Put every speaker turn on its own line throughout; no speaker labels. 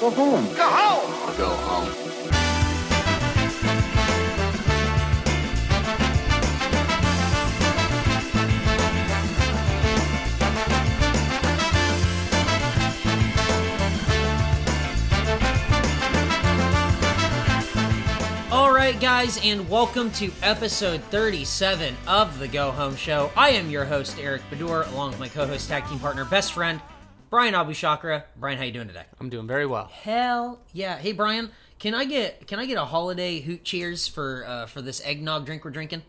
Go home. Go home.
Go home.
All right, guys, and welcome to episode 37 of the Go Home Show. I am your host Eric Bedour, along with my co-host, tag team partner, best friend Brian Abushakra. Brian, how you doing today?
I'm doing very well.
Hell yeah! Hey Brian, can I get can I get a holiday hoot cheers for uh, for this eggnog drink we're drinking?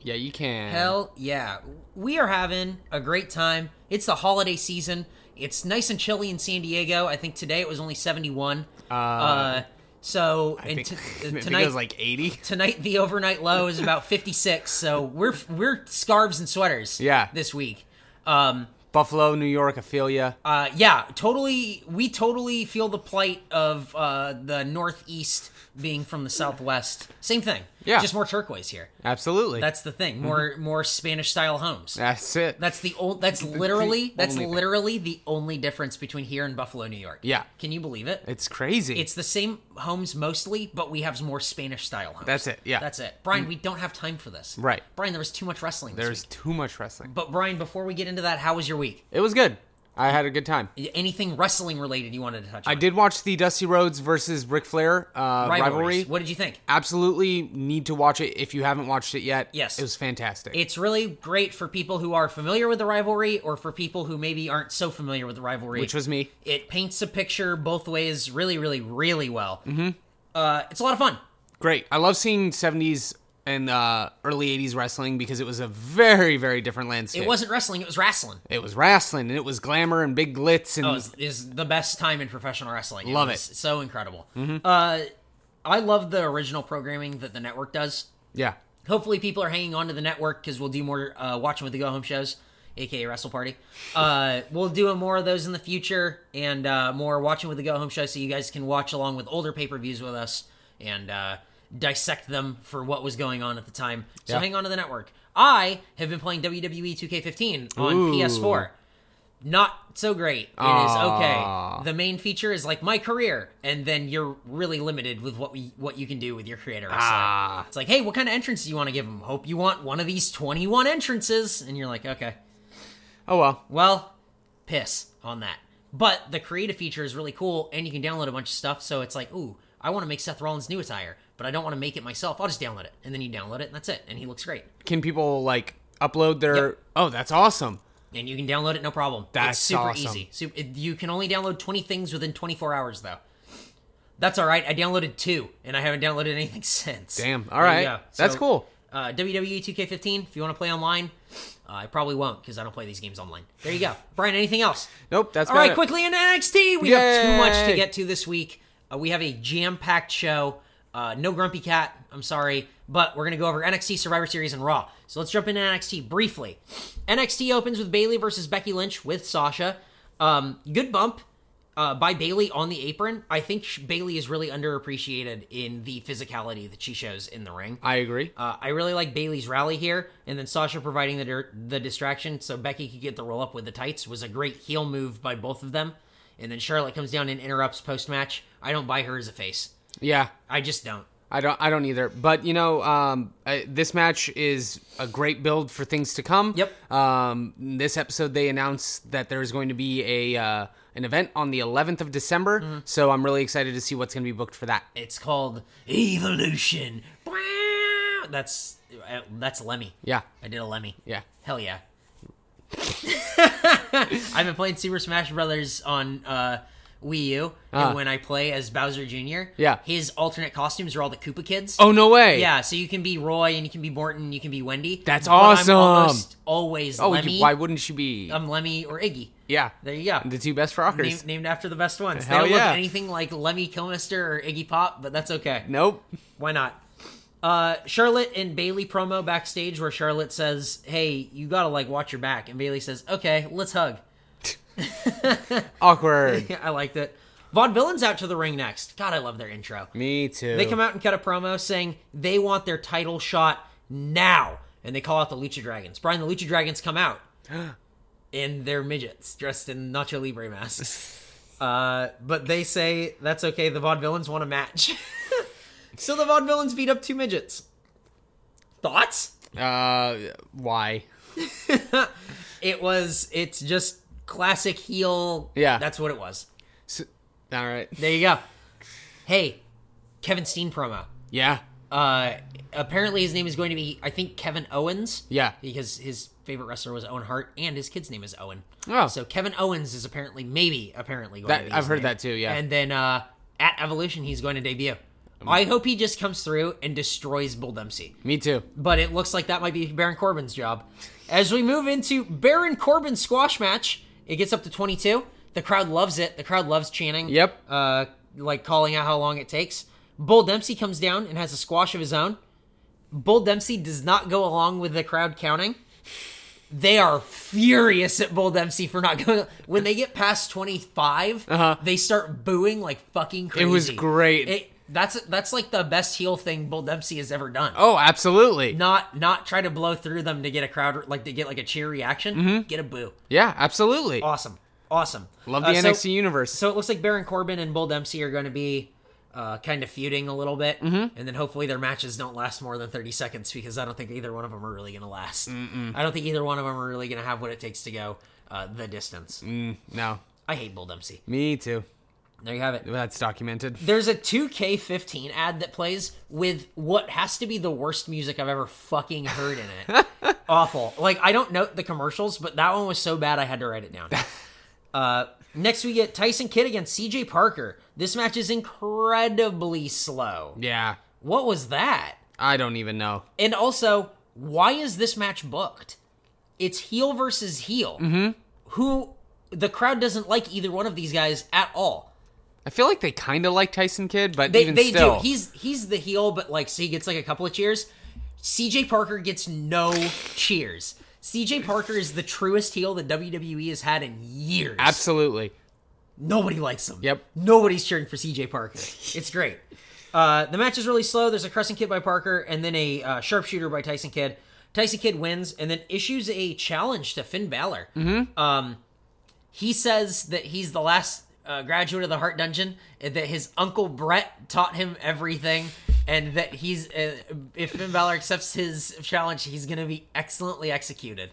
Yeah, you can.
Hell yeah! We are having a great time. It's the holiday season. It's nice and chilly in San Diego. I think today it was only 71. Uh, so
I
and
think,
t-
I
uh,
think
tonight
it was like 80.
tonight the overnight low is about 56. So we're we're scarves and sweaters.
Yeah.
This week. Um,
Buffalo, New York, Ophelia.
uh, yeah, totally. We totally feel the plight of uh, the Northeast being from the Southwest. Same thing.
Yeah. Mm-hmm.
just more turquoise here.
Absolutely.
That's the thing. More more Spanish style homes.
That's it.
That's the old. That's literally. That's
only thing.
literally the only difference between here and Buffalo, New York.
Yeah.
Can you believe it?
it's crazy.
It's the same homes mostly, but we have more Spanish style homes.
That's it, yeah. Mm.
That's it. Brian, we don't have time for this.
Right.
Brian, there was too much wrestling. This
There's
week.
too much wrestling.
But Brian, before we get into that, how was your week?
It was good. I had a good time.
Anything wrestling related you wanted to touch on?
I did watch the Dusty Rhodes versus Ric Flair uh, rivalry.
What did you think?
Absolutely need to watch it if you haven't watched it yet.
Yes.
It was fantastic.
It's really great for people who are familiar with the rivalry or for people who maybe aren't so familiar with the rivalry.
which was me.
It paints a picture both ways really, really, really well. Mm-hmm. Uh, it's a lot of fun.
Great. I love seeing 70s and uh, early 80s wrestling because it was a very, very different landscape.
It wasn't wrestling, it was wrestling.
It was wrestling and it was glamour and big glitz and
Oh, was- is the best time in professional wrestling.
Love Mm-hmm.
was So incredible. Uh, I love the original programming that the network does.
yeah.
Hopefully, people are hanging on to the network because we'll do more uh, watching with the go home shows, aka Wrestle Party. Uh, we'll do more of those in the future and uh, more watching with the go home show, so you guys can watch along with older pay per views with us and uh, dissect them for what was going on at the time. So
Yeah.
hang on to the network. I have been playing E WWE 2K15 on PS4 not so great. It is okay. The main feature is like my career, and then you're really limited with what we what you can do with your creator. wrestler.
Ah.
It's like, hey, what kind of entrance do you want to give them? Hope you want one of these 21 entrances, and you're like, okay,
Oh well.
well, piss on that. But the creative feature is really cool, and you can download a bunch of stuff. So it's like, ooh, I want to make Seth Rollins' new attire, but I don't want to make it myself. I'll just download it, and then you download it, and that's it, and he looks great.
Can people like upload their
Yep.
Oh, that's awesome.
and you can download it no problem.
That's
it's super
awesome.
easy. Sup- it- you can only download 20 things within 24 hours though. That's all right. I downloaded two, and I haven't downloaded anything since.
Damn. All
There you
right.
go.
That's
So,
cool.
Uh, WWE 2K15. If you want to play online, uh, I probably won't because I don't play these games online. There you go, Brian. Anything else?
Nope, that's
all right.
about it.
Quickly into NXT. We have too much to
Yay.
get to this week. Uh, we have a jam-packed show. Uh, no grumpy cat. I'm sorry, but we're gonna go over NXT Survivor Series and Raw. So let's jump into NXT briefly. NXT opens with Bailey versus Becky Lynch with Sasha. Um, good bump uh, by Bailey on the apron. I think sh- Bailey is really underappreciated in the physicality that she shows in the ring.
I agree.
Uh, I really like Bailey's rally here, and then Sasha providing the dir- the distraction so Becky could get the roll up with the tights was a great heel move by both of them. And then Charlotte comes down and interrupts post match. I don't buy her as a face.
yeah.
I just don't.
I don't I don't either. But you know, um I, this match is a great build for things to come.
Yep.
Um this episode they announced that there's going to be a uh an event on the 11th of December,
Mm-hmm.
so I'm really excited to see what's going to be booked for that.
It's called Evolution. That's uh, that's Lemmy.
Yeah.
I did a Lemmy.
Yeah.
Hell yeah. I've been playing Super Smash Brothers on uh, Wii U, and when I play as Bowser Jr.,
Ah. Yeah.
his alternate costumes are all the Koopa kids.
Oh no way.
Yeah, so you can be Roy and you can be Morton, you can be Wendy.
That's
But I'm
awesome.
almost always
Oh,
Lemmy.
you, why wouldn't she be?
I'm Lemmy or Iggy.
yeah.
There you go.
The two best
Named,
rockers.
named after the best ones.
Hell
they don't
yeah.
look anything like Lemmy Kilmister or Iggy Pop, but that's okay.
Nope.
Why not? Uh, Charlotte and Bailey promo backstage where Charlotte says, "Hey, you gotta like watch your back," and Bailey says, "Okay, let's hug."
Awkward.
I liked it. Von Villain's out to the ring next. God, I love their intro.
Me too.
They come out and cut a promo saying they want their title shot now, and they call out the Lucha Dragons. Brian, the Lucha Dragons come out, and they're midgets dressed in Nacho Libre masks. Uh, but they say that's okay. The Vaudevillains want a match. so the Vaudevillains beat up two midgets. Thoughts?
Uh, why?
It was. It's just classic heel.
Yeah.
that's what it was.
S all right.
There you go. Hey, Kevin Steen promo.
Yeah.
Uh, apparently his name is going to be I think Kevin Owens.
Yeah.
because his favorite wrestler was Owen Hart, and his kid's name is Owen.
Oh.
so Kevin Owens is apparently maybe apparently going.
That-
to be
I've
his
heard
name.
that too, yeah.
and then uh, at Evolution he's going to debut. I hope he just comes through and destroys Bull Dempsey.
Me too.
But it looks like that might be Baron Corbin's job. As we move into Baron Corbin's squash match, it gets up to 22. The crowd loves it. The crowd loves chanting.
Yep.
Uh, like calling out how long it takes. Bull Dempsey comes down and has a squash of his own. Bull Dempsey does not go along with the crowd counting. They are furious at Bull Dempsey for not going. When they get past 25, they start booing like fucking crazy.
Uh-huh. was great.
It- that's that's like the best heel thing Bull Dempsey has ever done
Oh, absolutely.
not not try to blow through them to get a crowd like to get like a cheer reaction
Mm-hmm.
get a boo
Yeah, absolutely.
awesome awesome
Love the
Uh, so-
NXT universe.
so it looks like baron corbin and bull dempsey are going to be uh, kind of feuding a little bit and then hopefully their matches don't last more than 30 seconds because i don't think either one of them are really going to last i don't think either one of them are really going to have what it takes to go uh, the distance
no,
i hate bull dempsey
me too.
there you have it
That's documented.
there's a 2K15 ad that plays with what has to be the worst music I've ever fucking heard in it. Awful. Like I don't note the commercials, but that one was so bad I had to write it down. Uh, next we get Tyson Kidd against CJ Parker. This match is incredibly slow.
Yeah,
What was that?
I don't even know.
And also, why is this match booked? It's heel versus heel. Who the crowd doesn't like either one of these guys at all.
I feel like they kind of like Tyson Kidd, but
They,
even
they
still,
do. He's he's the heel, but like, so he gets like a couple of cheers. CJ Parker gets no cheers. CJ Parker is the truest heel that WWE has had in years.
absolutely.
Nobody likes him.
Yep.
Nobody's cheering for CJ Parker. It's great. Uh, the match is really slow. There's a crescent kick by Parker and then a uh, sharpshooter by Tyson Kidd. Tyson Kidd wins and then issues a challenge to Finn Balor. Um, he says that he's the last uh, graduate of the Heart Dungeon, and that his uncle Brett taught him everything, and that he's uh, if Finn Balor accepts his challenge, he's going to be excellently executed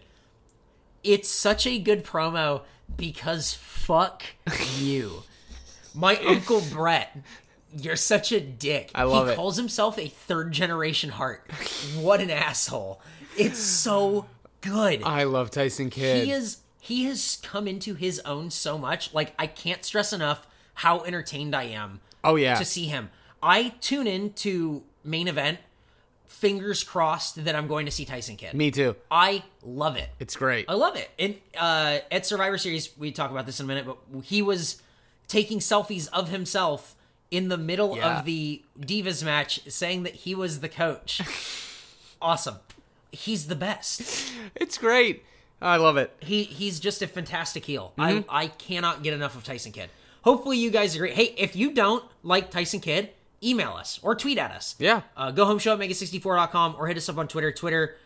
it's such a good promo because fuck you. My uncle Brett, you're such a dick. I
love
he
it.
calls himself a third generation heart. What an asshole. It's so good.
I love Tyson Kidd.
he is he has come into his own so much. Like I can't stress enough how entertained I am
oh yeah,
to see him. I tune in to main event fingers crossed that I'm going to see Tyson Kidd.
me too.
I love it.
It's great.
I love it. And uh, at Survivor Series, we talk about this in a minute, but he was taking selfies of himself in the middle
Yeah.
of the Divas match, saying that he was the coach. awesome. He's the best.
It's great. I love it.
He he's just a fantastic heel.
Mm-hmm.
I I cannot get enough of Tyson Kidd. Hopefully you guys agree. Hey, if you don't like Tyson Kidd, email us or tweet at us.
Yeah.
Uh, go home show at mega64.com or hit us up on Twitter. Twitter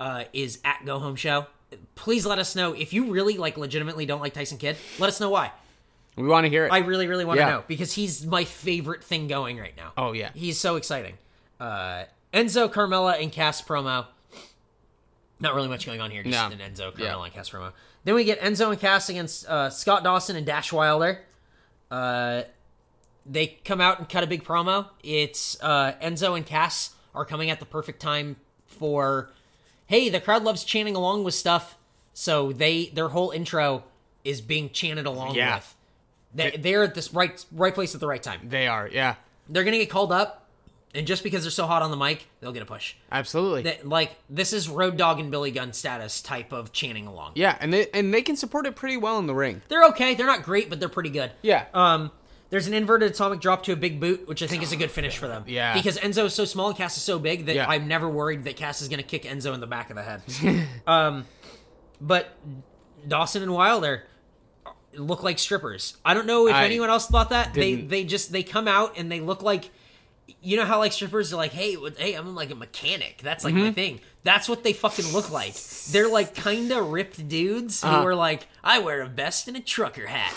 uh, is at go home show. Please let us know if you really like legitimately don't like Tyson Kidd. Let us know why.
We want to hear it.
I really, really want to
Yeah.
know because he's my favorite thing going right now.
Oh, yeah.
he's so exciting. Uh, Enzo, Carmella, and Cass promo. Not really much going on here. Just
No.
an Enzo, Carmella,
Yeah.
and Cass promo. Then we get Enzo and Cass against uh, Scott Dawson and Dash Wilder. Uh, they come out and cut a big promo. It's uh, Enzo and Cass are coming at the perfect time for. Hey, the crowd loves chanting along with stuff, so they their whole intro is being chanted along
Yeah.
with. They, they're at this right right place at the right time.
they are. Yeah,
They're gonna get called up, and just because they're so hot on the mic, they'll get a push.
absolutely.
That, like this is Road Dog and Billy Gunn status type of chanting along.
yeah, and they and they can support it pretty well in the ring.
They're okay. They're not great, but they're pretty good.
Yeah.
Um, there's an inverted atomic drop to a big boot, which I think is a good finish for them.
Yeah.
Because Enzo is so small and Cass is so big that
Yeah.
I'm never worried that Cass is going to kick Enzo in the back of the head. um, but Dawson and Wilder look like strippers. I don't know if
I
anyone else thought that.
didn't.
They they just they come out and they look like you know how like strippers are like, hey, what, hey, I'm like a mechanic. That's like
Mm-hmm.
my thing. That's what they fucking look like.
Uh-huh.
They're like kinda ripped dudes who are like, I wear a vest and a trucker hat.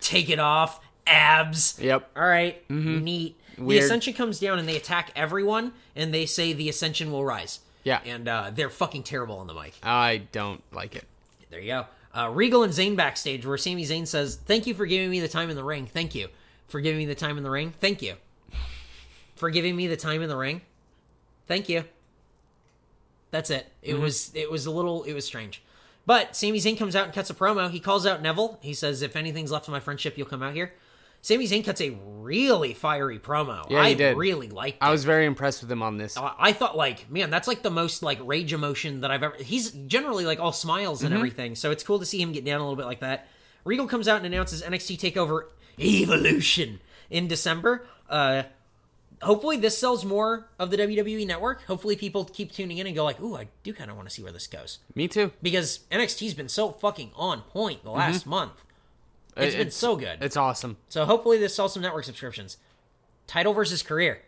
take it off, abs.
Yep.
All right, neat.
Mm-hmm. Weird.
The Ascension comes down and they attack everyone, and they say the Ascension will rise.
Yeah.
And uh, they're fucking terrible on the mic.
I don't like it.
There you go. Uh, Regal and Zayn backstage, where Sami Zayn says, "Thank you for giving me the time in the ring. Thank you for giving me the time in the ring. Thank you for giving me the time in the ring. Thank you." That's it. It
Mm-hmm.
was it was a little it was strange, but Sami Zayn comes out and cuts a promo. He calls out Neville. He says, "If anything's left of my friendship, you'll come out here." Sami Zayn cuts a really fiery promo.
Yeah,
I
he did.
really liked
I was very impressed with him on this.
I I thought like, man, that's like the most like rage emotion that I've ever. He's generally like all smiles
Mm-hmm.
and everything, so it's cool to see him get down a little bit like that. Regal comes out and announces NXT Takeover Evolution in December. Uh, hopefully, this sells more of the WWE Network. Hopefully, people keep tuning in and go like, "Ooh, I do kind of want to see where this goes,"
Me too.
because NXT's been so fucking on point the last month.
Mm-hmm. It-
it's been so good.
It's awesome.
So hopefully, this sells some network subscriptions. Title versus career.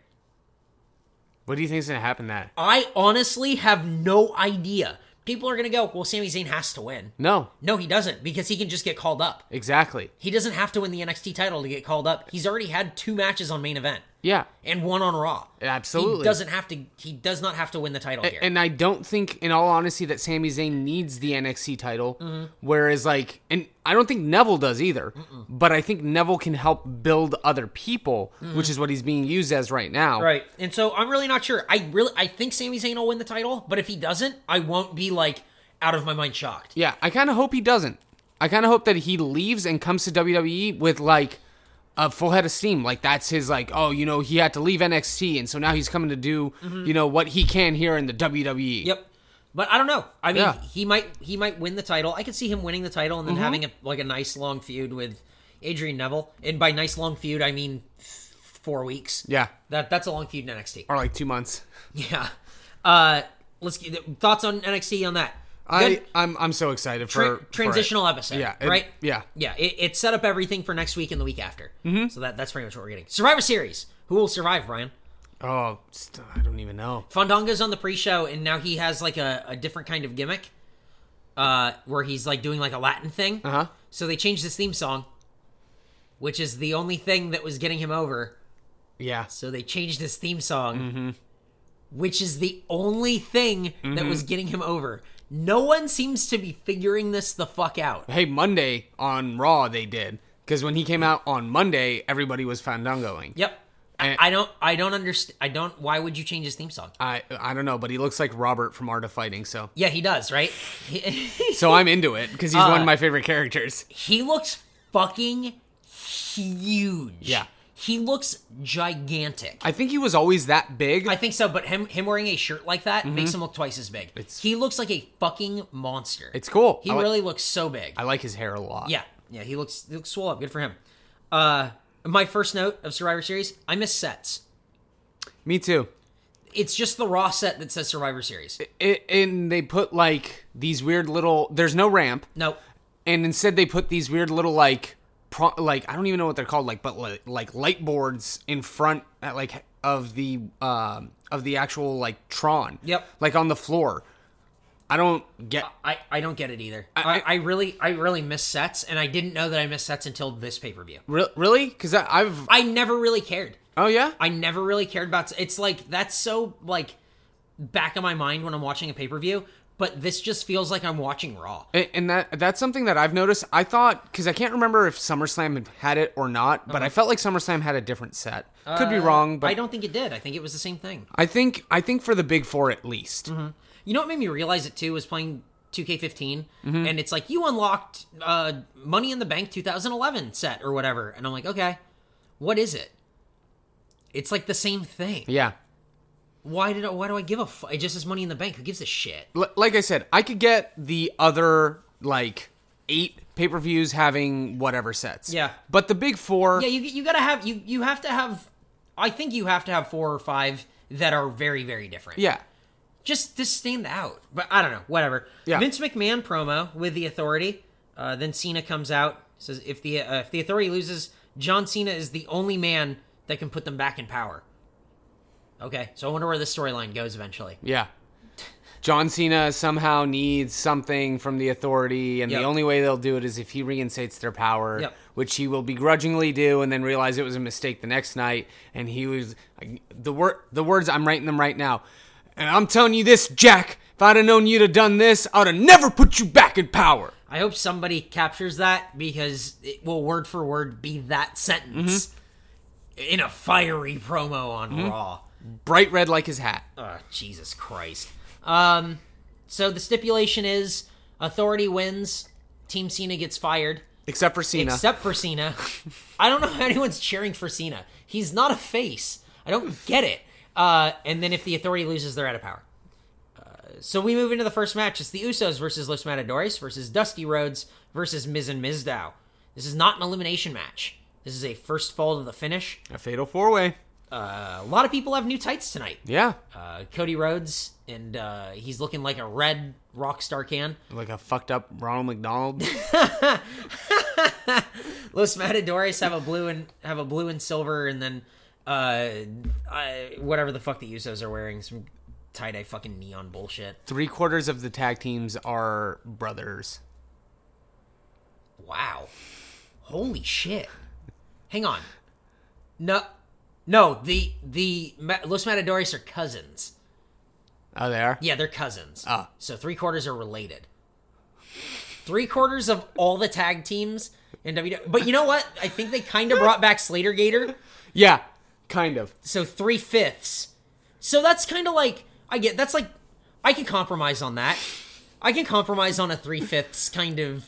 What do you think is gonna happen? That
I honestly have no idea. People are going to go, well, Sami Zayn has to win.
no,
No, he doesn't because he can just get called up.
exactly.
He doesn't have to win the NXT title to get called up. He's already had two matches on main event
Yeah,
and one on Raw.
absolutely.
He doesn't have to, he does not have to win the title here.
And I don't think, in all honesty, that Sami Zayn needs the NXT title. Whereas, like, and I don't think Neville does either. But I think Neville can help build other people, which is what he's being used as right now.
right. And so I'm really not sure. I really, I think Sami Zayn will win the title, but if he doesn't, I won't be like out of my mind shocked.
Yeah, I kind of hope he doesn't. I kind of hope that he leaves and comes to WWE with like a full head of steam. Like that's his like, oh, you know, he had to leave NXT and so now he's coming to do, you know, what he can here in the E. WWE.
Mm-hmm. Yep. But I don't know. I mean,
Yeah. Mm-hmm.
he might he might win the title. I could see him winning the title and then having a, like a nice long feud with Adrian Neville. And by nice long feud, I mean f- four weeks.
Yeah.
That that's a long feud in NXT.
Or like 2 months.
Yeah. Uh, let's get thoughts on NXT on that.
I
Good
I'm I'm so excited for
tra-
for it.
transitional episode.
Yeah, it-
Right.
yeah.
Yeah. It, it set up everything for next week and the week after. Mm-hmm. So that that's pretty much what we're getting. Survivor Series. Who will survive, Brian?
Oh, st- I don't even know.
Fandango's on the pre-show, and now he has like a, a different kind of gimmick, uh, where he's like doing like a Latin thing.
Uh-huh.
So they changed his theme song, which is the only thing that was getting him over.
Yeah.
So they changed his theme song, which is the only thing that was getting him over. No one seems to be figuring this the fuck out.
Hey, Monday on Raw they did cuz when he came out on Monday, everybody was fandangoing.
Yep. I,
And-
I don't. I don't understand. I don't. Why would you change his theme song?
I I don't know, but he looks like Robert from Art of Fighting, so
Yeah, he does, right? He-
so I'm into it because he's one of my favorite characters.
He looks fucking huge.
Yeah.
He looks gigantic. I,
I think he was always that big.
think so, but him him wearing a shirt like that makes
Mm-hmm.
him look twice as big. he looks like a fucking monster.
it's cool.
he
I, li-
really looks so big.
I like his hair a lot.
yeah. Yeah, he looks he looks swole up. Good for him. Uh my first note of Survivor Series, I miss sets.
me too.
It's just the raw set that says Survivor Series.
It, and they put like these weird little. There's no ramp,
no.
and instead they put these weird little like, pro, like I don't even know what they're called, like but like, like light boards in front at like of the um of the actual like Tron.
Yep.
Like on the floor. I don't get.
I, I don't get it either. I, I, really I really miss sets and I didn't know that I missed sets until this pay-per-view.
Re- really? Because I've.
I never really cared.
Oh yeah.
I never really cared about. It's like that's so like back of my mind when I'm watching a pay per view. But this just feels like I'm watching Raw.
And- And that that's something that I've noticed. I thought because I can't remember if SummerSlam had it or not, but I felt like SummerSlam had a different set. Could be wrong,
Uh-huh. Uh,
but
I
I, don't,
don't think it did. I think it was the same thing.
I think I think for the big four at least.
You know what made me realize it too was playing 2K15,
Mm-hmm.
and it's like you unlocked uh, Money in the Bank 2011 set or whatever, and I'm like, okay, what is it? It's like the same thing.
Yeah,
Why did I, why do I give a? F- it just is Money in the Bank. Who gives a shit?
L- like I said, I could get the other like eight pay per views having whatever sets.
Yeah.
but the big four.
Yeah, you you gotta have you you have to have. I think you have to have four or five that are very very different.
yeah.
just just stand out. But I don't know. Whatever.
Yeah.
Vince McMahon promo with the Authority. Uh, then Cena comes out says if the uh, if the Authority loses, John Cena is the only man that can put them back in power. Okay, so I wonder where this storyline goes eventually.
Yeah. John Cena somehow needs something from the authority, and
Yep.
the only way they'll do it is if he reinstates their power,
Yep.
which he will begrudgingly do, and then realize it was a mistake the next night. And he was the word, the words I'm writing them right now, and I'm telling you this, Jack. If I'd have known you'd have done this, I'd have never put you back in power.
I hope somebody captures that because it will word for word be that sentence
Mm-hmm.
in a fiery promo on Raw.
Bright red like his hat.
Oh, Jesus Christ. Um, so the stipulation is authority wins, Team Cena gets fired,
Except for Cena.
except for Cena. I don't know how anyone's cheering for Cena. He's not a face. I don't get it. Uh, and then if the authority loses, they're out of power. Uh, so we move into the first match. It's the Usos versus Los Matadores versus Dusty Rhodes versus Miz and Mizdow. This is not an elimination match. This is a first fall to the finish.
a fatal four way.
A lot of people have new tights tonight
Yeah.
uh, Cody Rhodes, and uh, he's looking like a red rock star can.
Like a fucked up Ronald McDonald.
Los Matadores have a blue and have a blue and silver, and then uh, I, whatever the fuck the Usos are wearing, some tie dye fucking neon bullshit.
Three quarters of the tag teams are brothers.
Wow, holy shit! Hang on, no, no, the the Ma- Los Matadores are cousins.
Oh, they are?
Yeah, they're cousins.
Ah.
So three quarters are related. Three quarters of all the tag teams in WWE. But you know what? I think they kind of brought back Slater Gator.
Yeah, kind of.
So three fifths. So that's kind of like, I get, that's like, I can compromise on that. I can compromise on a three fifths kind of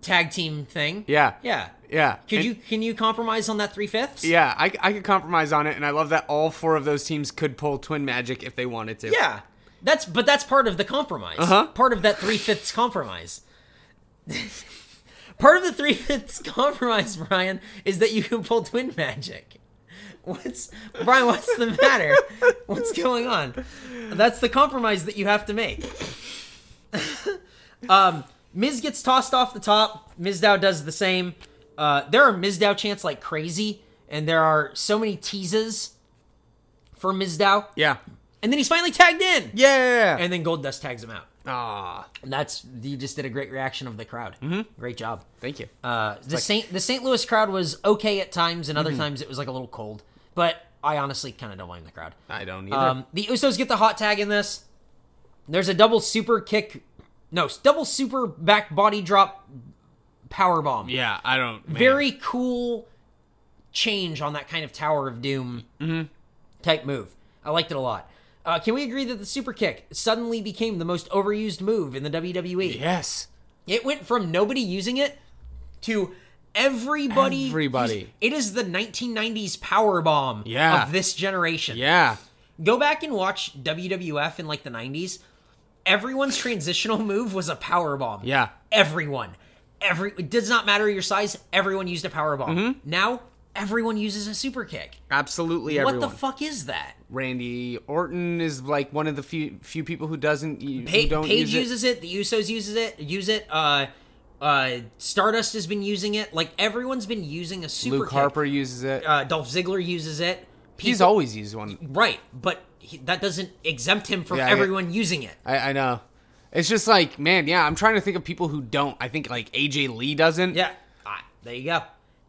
tag team thing.
Yeah.
Yeah.
Yeah.
Could
And-
you, can you compromise on that three fifths?
Yeah, I, I could compromise on it, and I love that all four of those teams could pull Twin Magic if they wanted to.
Yeah. That's but that's part of the compromise.
Uh-huh.
Part of that three fifths compromise. part of the three fifths compromise, Brian, is that you can pull twin magic. What's Brian, what's the matter? what's going on? That's the compromise that you have to make. um Miz gets tossed off the top. Mizdow does the same. Uh, there are Mizdow chants like crazy, and there are so many teases for Mizdow.
Yeah.
And then he's finally tagged in.
Yeah.
And then Gold Dust tags him out.
ah,
And that's you just did a great reaction of the crowd. Great job.
thank you.
Uh, the Saint the St. Louis crowd was okay at times, and other times it was like a little cold. But I honestly kind of don't mind the crowd.
I don't either.
Um, the Usos get the hot tag in this. There's a double super kick, no double super back body drop, power bomb.
yeah, I don't. man.
Very cool change on that kind of Tower of Doom
Mm-hmm.
type move. I liked it a lot. Uh, can we agree that the super kick suddenly became the most overused move in the WWE?
Yes.
It went from nobody using it to everybody.
Everybody.
use- It is the 1990s power bomb
Yeah.
of this generation.
Yeah.
Go back and watch WWF in like the 90s. Everyone's transitional move was a power bomb.
Yeah.
Everyone. Every it does not matter your size, everyone used a power bomb.
Mm-hmm.
Now everyone uses a super kick.
Absolutely everyone.
What the fuck is that?
Randy Orton is like one of the few few people who doesn't you
Pa-
don't
Paige
use it.
uses it. The Usos uses it. Use it. Uh, uh, Stardust has been using it. Like everyone's been using a super.
Luke
kick.
Harper uses it.
Uh, Dolph Ziggler uses it.
He's
People-
always used one.
right, but he, that doesn't exempt him from
Yeah, I-
everyone using it.
I, I know. It's just like, man, yeah. I'm trying to think of people who don't. I think like AJ Lee doesn't.
Yeah. Ah, there you go.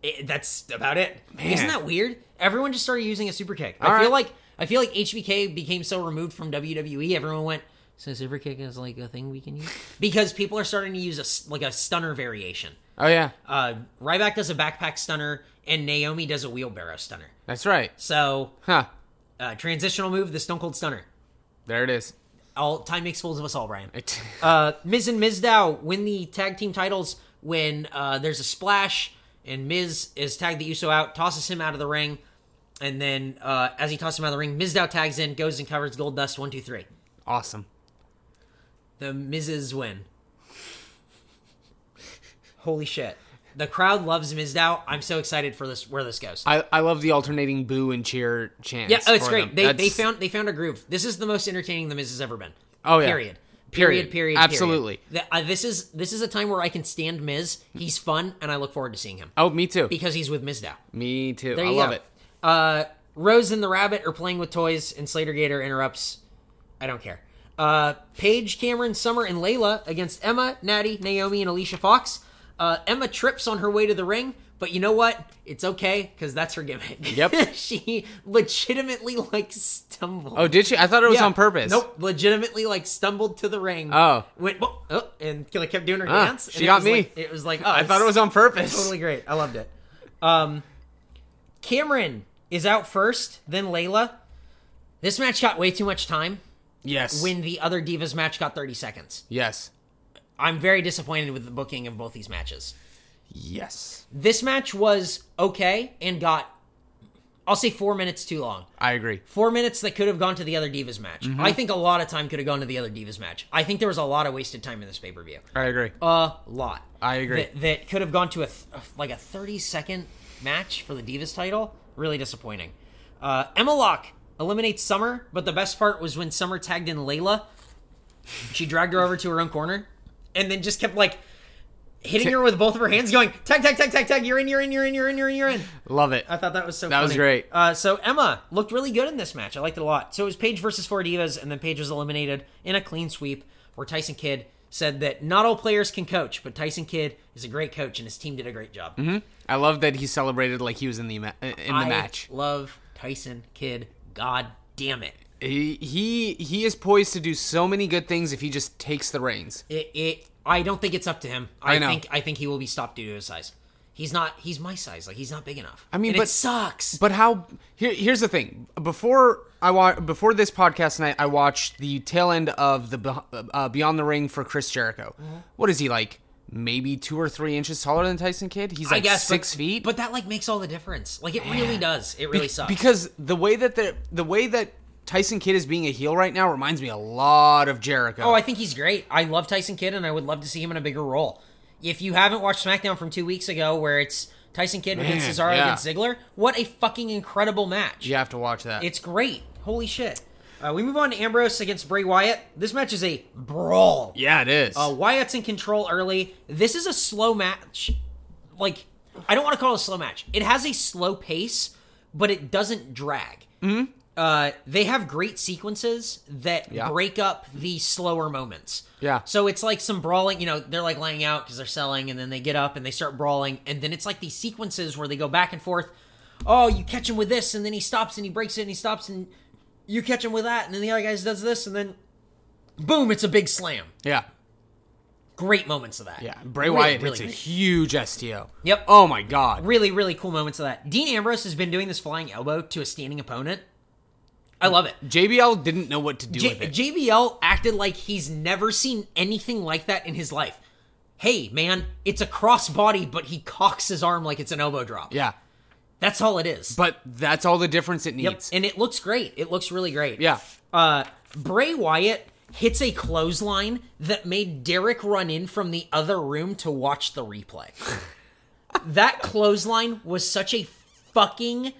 It, that's about it.
Man.
not that weird? Everyone just started using a super kick. I
All
feel
right.
like I feel like HBK became so removed from WWE. Everyone went. So super kick is like a thing we can use because people are starting to use a s- like a stunner variation.
Oh yeah,
Uh, Ryback does a backpack stunner, and Naomi does a wheelbarrow stunner.
that's right.
So
Huh.
uh, transitional move, the Stone Cold Stunner.
There it is.
All time makes fools of us all, Brian.
It-
Uh, Miz and Mizdow win the tag team titles when uh, there's a splash and Miz is tagged the Uso out, tosses him out of the ring, and then uh, as he tosses him out of the ring, Mizdow tags in, goes and covers Gold Dust one two three.
awesome.
The Miz's win. Holy shit! The crowd loves Mizdow. I'm so excited for this where this goes.
I, I love the alternating boo and cheer chants.
Yeah, oh, it's
for
great.
them.
They, they
That's-
found they found a groove. This is the most entertaining the Miz has ever been.
Oh, yeah.
Period. Period.
Period.
Period.
Absolutely.
period. Th- uh, this is this is a time where I can stand Miz. He's fun, and I look forward to seeing him
Oh, me too.
because he's with Miz now.
Me too.
There
I
you
love
go.
it.
Uh, Rose and the Rabbit are playing with toys, and Slater Gator interrupts. I don't care. Uh, Paige, Cameron, Summer, and Layla against Emma, Natty, Naomi, and Alicia Fox. Uh, Emma trips on her way to the ring, but you know what? It's okay because that's her gimmick.
Yep.
she legitimately like stumbled.
Oh, did she? I thought it was
Yeah.
on purpose.
Nope, legitimately like stumbled to the ring.
Oh.
went "Whoa," oh, and like kept doing her
Ah,
dance.
she
and it
got
was
me.
like- it was like oh,
I
it's-
thought it was on purpose.
totally great. I loved it. Um, Cameron is out first, then Layla. This match got way too much time
Yes.
when the other Divas match got 30 seconds.
Yes.
I'm very disappointed with the booking of both these matches.
Yes.
This match was okay and got, I'll say, four minutes too long.
I agree.
Four minutes that could have gone to the other Divas match. I think a lot of time could have gone to the other Divas match. I think there was a lot of wasted time in this pay per view.
I agree.
a lot.
I agree.
That, that could have gone to a th- like a thirty second match for the Divas title. Really disappointing. Uh, Emma Locke eliminates Summer, but the best part was when Summer tagged in Layla. She dragged her over to her own corner, and then just kept like hitting her with both of her hands, going tag, tag, tag, tag, tag. You're in, you're in, you're in, you're in, you're in, you're in.
Love it.
I thought that was so.
That was
funny.
great.
Uh, so Emma looked really good in this match. I liked it a lot. So it was Paige versus four divas, and then Paige was eliminated in a clean sweep, where Tyson Kidd said that not all players can coach, but Tyson Kidd is a great coach, and his team did a great job.
I love that he celebrated like he was in the ma- in the
I
match.
love Tyson Kidd. God damn it!
He, he he is poised to do so many good things if he just takes the reins.
It. it I don't think it's up to him. I,
I know.
think I think he will be stopped due to his size. He's not. He's my size. Like he's not big enough.
I mean,
And it
but-
sucks.
But how? Here, here's the thing. Before I wa- before this podcast tonight, I watched the tail end of the Beh- uh, Beyond the Ring for Chris Jericho.
Mm-hmm.
What is he like? Maybe two or three inches taller than Tyson Kidd. He's like
I guess but-
six feet.
But that like makes all the difference. Like it really does. It really sucks.
because the way that the the way that Tyson Kidd is being a heel right now reminds me a lot of Jericho.
Oh, I think he's great. I love Tyson Kidd, and I would love to see him in a bigger role. If you haven't watched SmackDown from two weeks ago, where it's Tyson Kidd against
Man,
Cesaro
yeah.
against Ziggler, what a fucking incredible match!
you have to watch that.
It's great. Holy shit. Uh, we move on to Ambrose against Bray Wyatt. This match is a brawl.
yeah, it is.
Uh, Wyatt's in control early. This is a slow match. Like, I don't want to call it a slow match. It has a slow pace, but it doesn't drag. Uh, they have great sequences that
Mm-hmm. Yeah.
break up the slower moments.
Yeah.
So it's like some brawling, you know, they're like laying out because they're selling, and then they get up and they start brawling, and then it's like these sequences where they go back and forth. Oh, you catch him with this, and then he stops and he breaks it, and he stops, and you catch him with that, and then the other guy does this, and then boom, it's a big slam
yeah,
great moments of that.
yeah. Bray
Really,
Wyatt
really,
hits a
really,
huge STO.
Yep.
Oh my god.
really, really cool moments of that. Dean Ambrose has been doing this flying elbow to a standing opponent. I love it.
JBL didn't know what to do
J-
with it.
JBL acted like he's never seen anything like that in his life. Hey, man, it's a crossbody, but he cocks his arm like it's an elbow drop.
yeah.
That's all it is.
But that's all the difference it
Yep.
needs.
And it looks great. It looks really great.
Yeah.
Uh, Bray Wyatt hits a clothesline that made Derek run in from the other room to watch the replay. that clothesline was such a fucking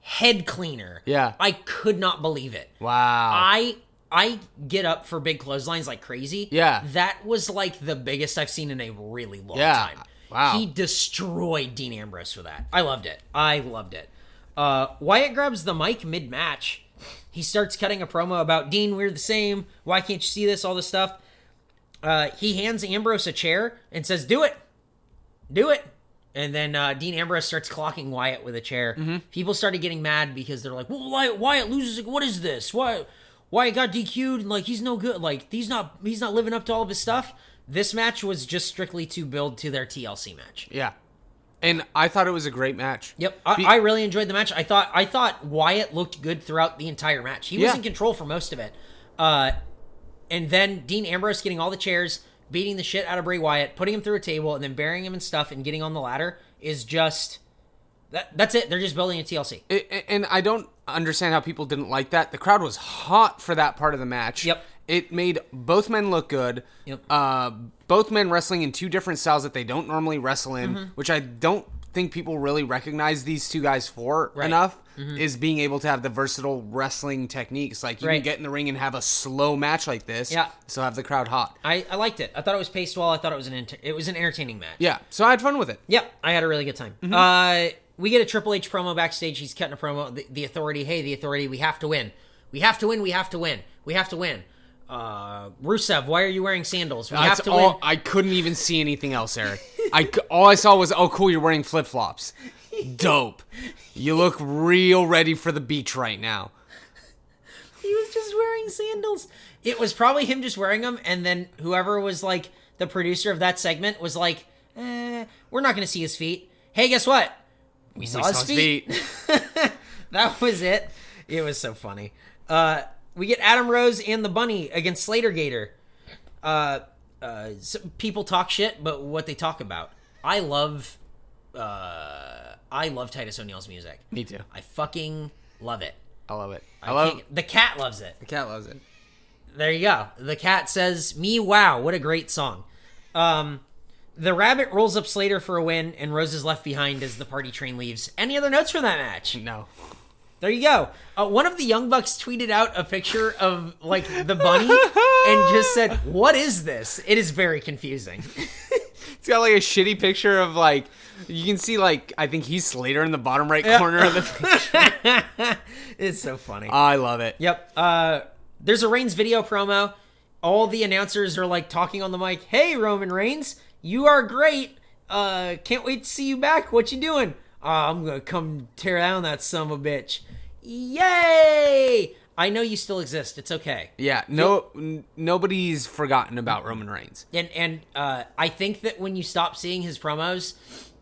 head cleaner.
Yeah.
I could not believe it.
Wow.
I I get up for big clotheslines like crazy.
Yeah.
That was like the biggest I've seen in a really long
Yeah.
time.
Wow.
He destroyed Dean Ambrose for that. I loved it. I loved it. Uh, Wyatt grabs the mic mid match. He starts cutting a promo about Dean, we're the same. Why can't you see this? All this stuff. Uh, he hands Ambrose a chair and says, Do it. Do it. And then uh, Dean Ambrose starts clocking Wyatt with a chair. People started getting mad because they're like, "Well, Wyatt, Wyatt loses. Like, what is this? Why? Wyatt got DQ'd and like he's no good. Like he's not. He's not living up to all of his stuff." This match was just strictly to build to their TLC match.
yeah. And I thought it was a great match.
Yep, I, I really enjoyed the match. I thought I thought Wyatt looked good throughout the entire match. He was
Yeah.
in control for most of it, uh, and then Dean Ambrose getting all the chairs, beating the shit out of Bray Wyatt, putting him through a table, and then burying him and stuff, and getting on the ladder is just that. That's it. They're just building a TLC.
I- I- and I don't understand how people didn't like that. The crowd was hot for that part of the match.
Yep.
It made both men look good.
Yep.
Uh, both men wrestling in two different styles that they don't normally wrestle in,
Mm-hmm.
which I don't think people really recognize these two guys for enough.
Mm-hmm.
Is being able to have the versatile wrestling techniques. Like you
Right.
can get in the ring and have a slow match like this.
Yeah.
So have the crowd hot.
I, I liked it. I thought it was paced well. I thought it was an enter- it was an entertaining match.
Yeah. So I had fun with it.
Yep, I had a really good time.
Mm-hmm.
Uh, we get a Triple H promo backstage. He's cutting a promo. The, the Authority, hey, the Authority, we have to win. We have to win. We have to win. We have to win. Uh, uh, Rusev, why are you wearing sandals? We
That's
have to
all.
win.
I couldn't even see anything else, Eric. I c- all I saw was, oh, cool, you're wearing flip flops. Dope. You look real ready for the beach right now.
He was just wearing sandals. It was probably him just wearing them, and then whoever was like the producer of that segment was like, eh, "We're not going to see his feet." Hey, guess what? We saw,
We
his,
saw his
feet. That was it. It was so funny. Uh, we get Adam Rose and the Bunny against Slater Gator. Uh, uh, s people talk shit, but what they talk about. I love, uh, I love Titus O'Neil's music.
Me too.
I fucking love it.
I love it. I,
I
love.
can't- the cat loves it.
The cat loves it.
There you go. The cat says, "Me wow, what a great song." Um, the rabbit rolls up Slater for a win, and Rose is left behind as the party train leaves. Any other notes for that match?
No.
There you go. Uh, one of the young bucks tweeted out a picture of like the bunny and just said, "What is this?" It is very confusing.
It's got like a shitty picture of like you can see like I think he's Slater in the bottom right corner of the.
it's so funny.
I love it.
Yep. Uh, there's a Reigns video promo. All the announcers are like talking on the mic. Hey, Roman Reigns, you are great. Uh, can't wait to see you back. What you doing? Uh, I'm gonna come tear down that son of a bitch. Yay! I know you still exist. It's okay.
Yeah. No. n- nobody's forgotten about Roman Reigns.
And and uh, I think that when you stop seeing his promos,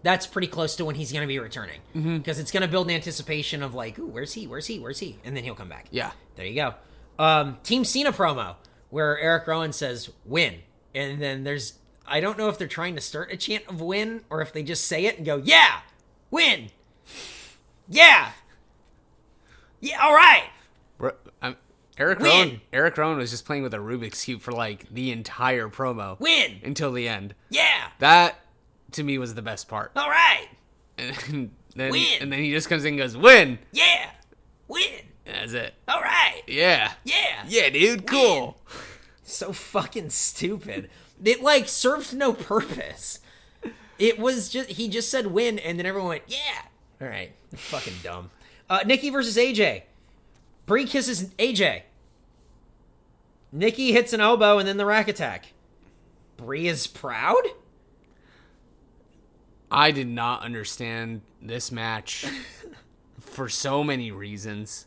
that's pretty close to when he's gonna be returning because
Mm-hmm.
it's gonna build an anticipation of like, ooh, where's he? Where's he? Where's he? And then he'll come back.
Yeah.
There you go. Um, Team Cena promo where Eric Rowan says win. And then there's, I don't know if they're trying to start a chant of win or if they just say it and go, yeah, win. Yeah. Yeah, all right.
Ro- I'm- um, Eric
Win.
Rowan. Eric Rowan was just playing with a Rubik's cube for like the entire promo
Win.
until the end.
Yeah.
That to me was the best part.
All right.
And then,
Win.
and then he just comes in and goes, "Win."
Yeah. Win.
That's it.
All right.
Yeah.
Yeah.
Yeah, dude. Cool.
So fucking stupid. It like served no purpose. It was just he just said win, and then everyone went yeah. All right, fucking dumb. Uh, Nikki versus AJ. Brie kisses AJ. Nikki hits an elbow and then the rack attack. Brie is proud.
I did not understand this match for so many reasons.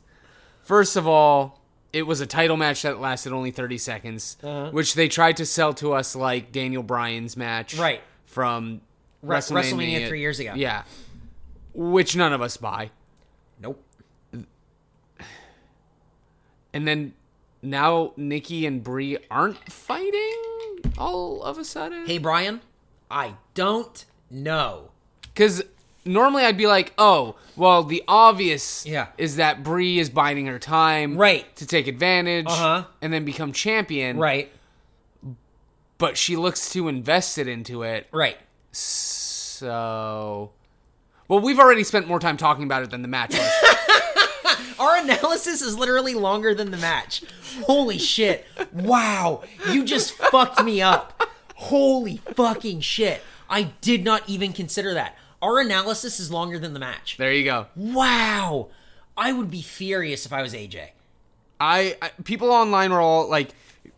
First of all, it was a title match that lasted only 30 seconds,
Uh-huh.
which they tried to sell to us like Daniel Bryan's match
Right.
from
Re-
WrestleMania,
WrestleMania three years ago.
Yeah. Which none of us buy.
Nope.
And then now Nikki and Brie aren't fighting all of a sudden.
Hey Brian, I don't know.
Because normally I'd be like, oh, well, the obvious
Yeah.
is that Brie is biding her time
Right.
to take advantage
Uh-huh.
and then become champion.
Right.
But she looks too invested into it.
Right.
So. Well, we've already spent more time talking about it than the match was.
Our analysis is literally longer than the match. Holy shit. Wow. You just fucked me up. Holy fucking shit. I did not even consider that. Our analysis is longer than the match.
there you go.
Wow. I would be furious if I was AJ.
I, I people online were all like,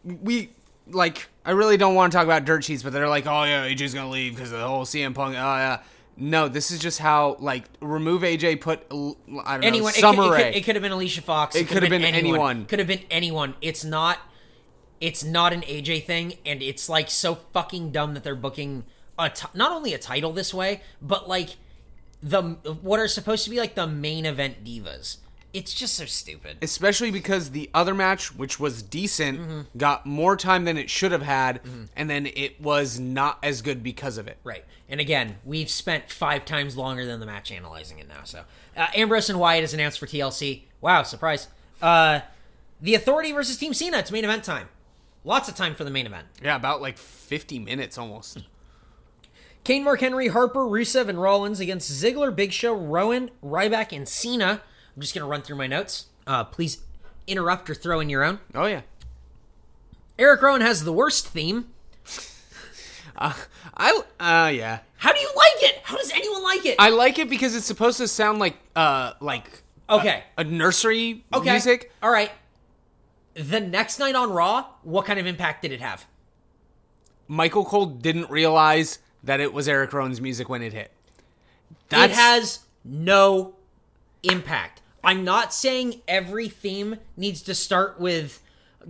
we like. I really don't want to talk about dirt sheets, but they're like, oh yeah, AJ's gonna leave because of the whole CM Punk. Oh yeah. No, this is just how like remove AJ, put l- I don't
Anyone.
know
it could-
Summer
it, could,
Rae.
it, could, have been Alicia Fox.
It could have been anyone.
Could have been anyone. It's not. It's not an AJ thing, and it's like so fucking dumb that they're booking a t- not only a title this way, but like the what are supposed to be like the main event divas. It's just so stupid.
especially because the other match, which was decent, got more time than it should have had, and then it was not as good because of it.
Right. And again, we've spent five times longer than the match analyzing it now. So uh, Ambrose and Wyatt is announced for TLC. Wow, surprise. Uh, the Authority versus Team Cena. It's main event time. Lots of time for the main event.
Yeah, about like fifty minutes almost.
Kane, Mark Henry, Harper, Rusev, and Rollins against Ziggler, Big Show, Rowan, Ryback, and Cena. I'm just going to run through my notes. Uh, please interrupt or throw in your own.
Oh yeah,
Eric Rowan has the worst theme.
I uh yeah,
How do you like it? How does anyone like it?
I like it because it's supposed to sound like uh like
okay.
a nursery
Okay.
music.
All right. The next night on Raw, what kind of impact did it have?
Michael Cole didn't realize that it was Eric Rowan's music when it hit.
it has no impact. I'm not saying every theme needs to start with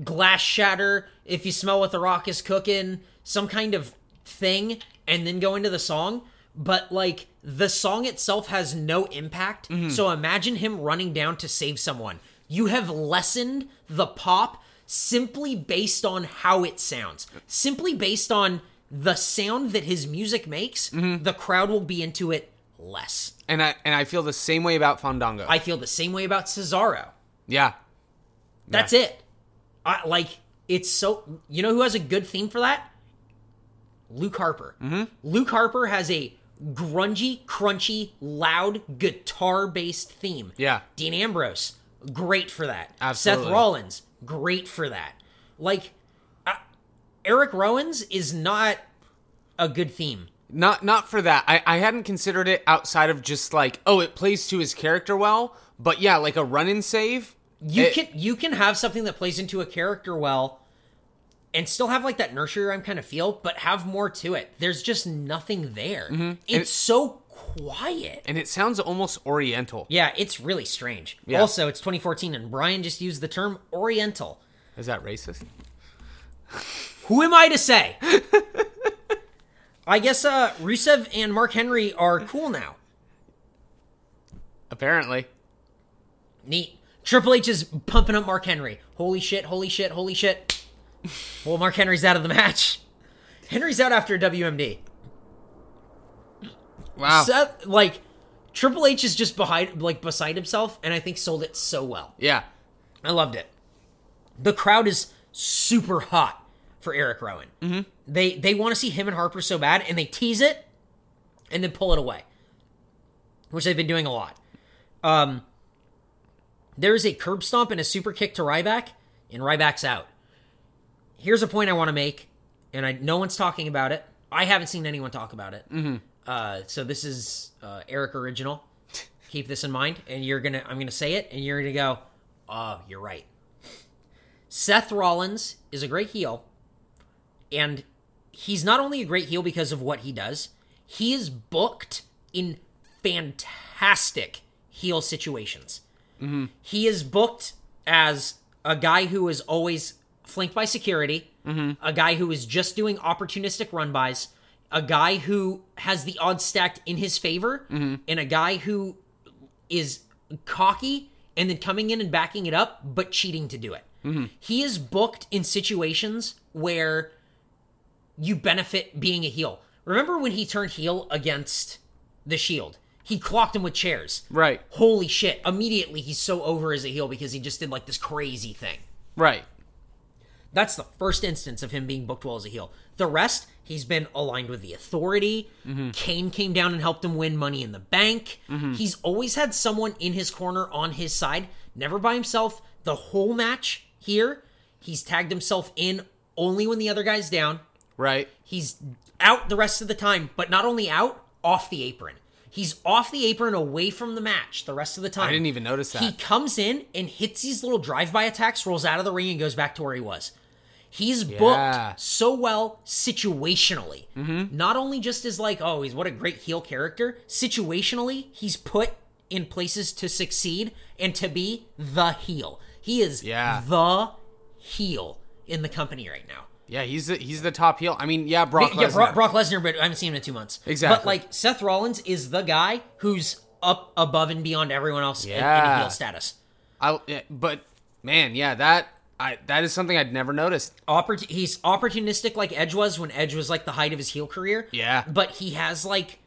glass shatter, if you smell what the rock is cooking, some kind of thing, and then go into the song. But like the song itself has no impact. So imagine him running down to save someone. You have lessened the pop simply based on how it sounds, simply based on the sound that his music makes, the crowd will be into it less.
and I and I feel the same way about Fandango.
I feel the same way about Cesaro.
yeah,
That's it. I, like it's so. You know who has a good theme for that? Luke Harper.
Mm-hmm.
Luke Harper has a grungy, crunchy, loud guitar-based theme.
Yeah.
Dean Ambrose, great for that. Seth
Absolutely.
Rollins, great for that. Like I- Eric Rowan's is not a good theme.
not not for that. I I hadn't considered it outside of just like oh it plays to his character well, but yeah, like a run and save.
You
it-
can you can have something that plays into a character well and still have like that nurture rhyme kind of feel, but have more to it. There's just nothing there.
Mm-hmm.
It's so quiet.
and it sounds almost oriental.
Yeah, it's really strange.
Yeah.
Also, it's 2014 and Brian just used the term oriental.
Is that racist?
Who am I to say? I guess uh Rusev and Mark Henry are cool now.
Apparently.
Neat. Triple H is pumping up Mark Henry. Holy shit, holy shit, holy shit. Well, Mark Henry's out of the match. Henry's out after WMD.
Wow.
Seth, like Triple H is just behind, like beside himself, and I think sold it so well.
yeah.
I loved it. The crowd is super hot for Eric Rowan. Mm-hmm. They they want to see him and Harper so bad, and they tease it, and then pull it away, which they've been doing a lot. Um, there is a curb stomp and a super kick to Ryback, and Ryback's out. Here's a point I want to make, and I no one's talking about it. I haven't seen anyone talk about it. Uh, so this is uh, Eric original. Keep this in mind, and you're gonna. I'm gonna say it, and you're gonna go. Oh, you're right. Seth Rollins is a great heel, and he's not only a great heel because of what he does. He is booked in fantastic heel situations. He is booked as a guy who is always flanked by security, a guy who is just doing opportunistic run bys, a guy who has the odds stacked in his favor, and a guy who is cocky and then coming in and backing it up, but cheating to do it. He is booked in situations where you benefit being a heel. Remember when he turned heel against the Shield? He clocked him with chairs.
Right.
Holy shit. Immediately, he's so over as a heel because he just did like this crazy thing.
Right.
That's the first instance of him being booked well as a heel. The rest, he's been aligned with the authority. Kane came down and helped him win Money in the Bank. He's always had someone in his corner on his side, never by himself. The whole match here, he's tagged himself in only when the other guy's down.
Right.
He's out the rest of the time, but not only out, off the apron. He's off the apron away from the match the rest of the time.
I didn't even notice that.
He comes in and hits these little drive-by attacks, rolls out of the ring, and goes back to where he was. He's
Yeah.
booked so well situationally.
Mm-hmm.
Not only just as like, oh, he's what a great heel character. Situationally, he's put in places to succeed and to be the heel. He is
Yeah.
the heel in the company right now.
yeah, he's the, he's the top heel. I mean, yeah, Brock
Yeah,
Lesnar.
Brock, Brock Lesnar, but I haven't seen him in two months.
Exactly.
But like Seth Rollins is the guy who's up above and beyond everyone else in- in, a
Yeah.
heel status.
I, yeah, but man, yeah, that I that is something I'd never noticed.
Oppor- he's opportunistic like Edge was when Edge was like the height of his heel career.
Yeah.
But he has like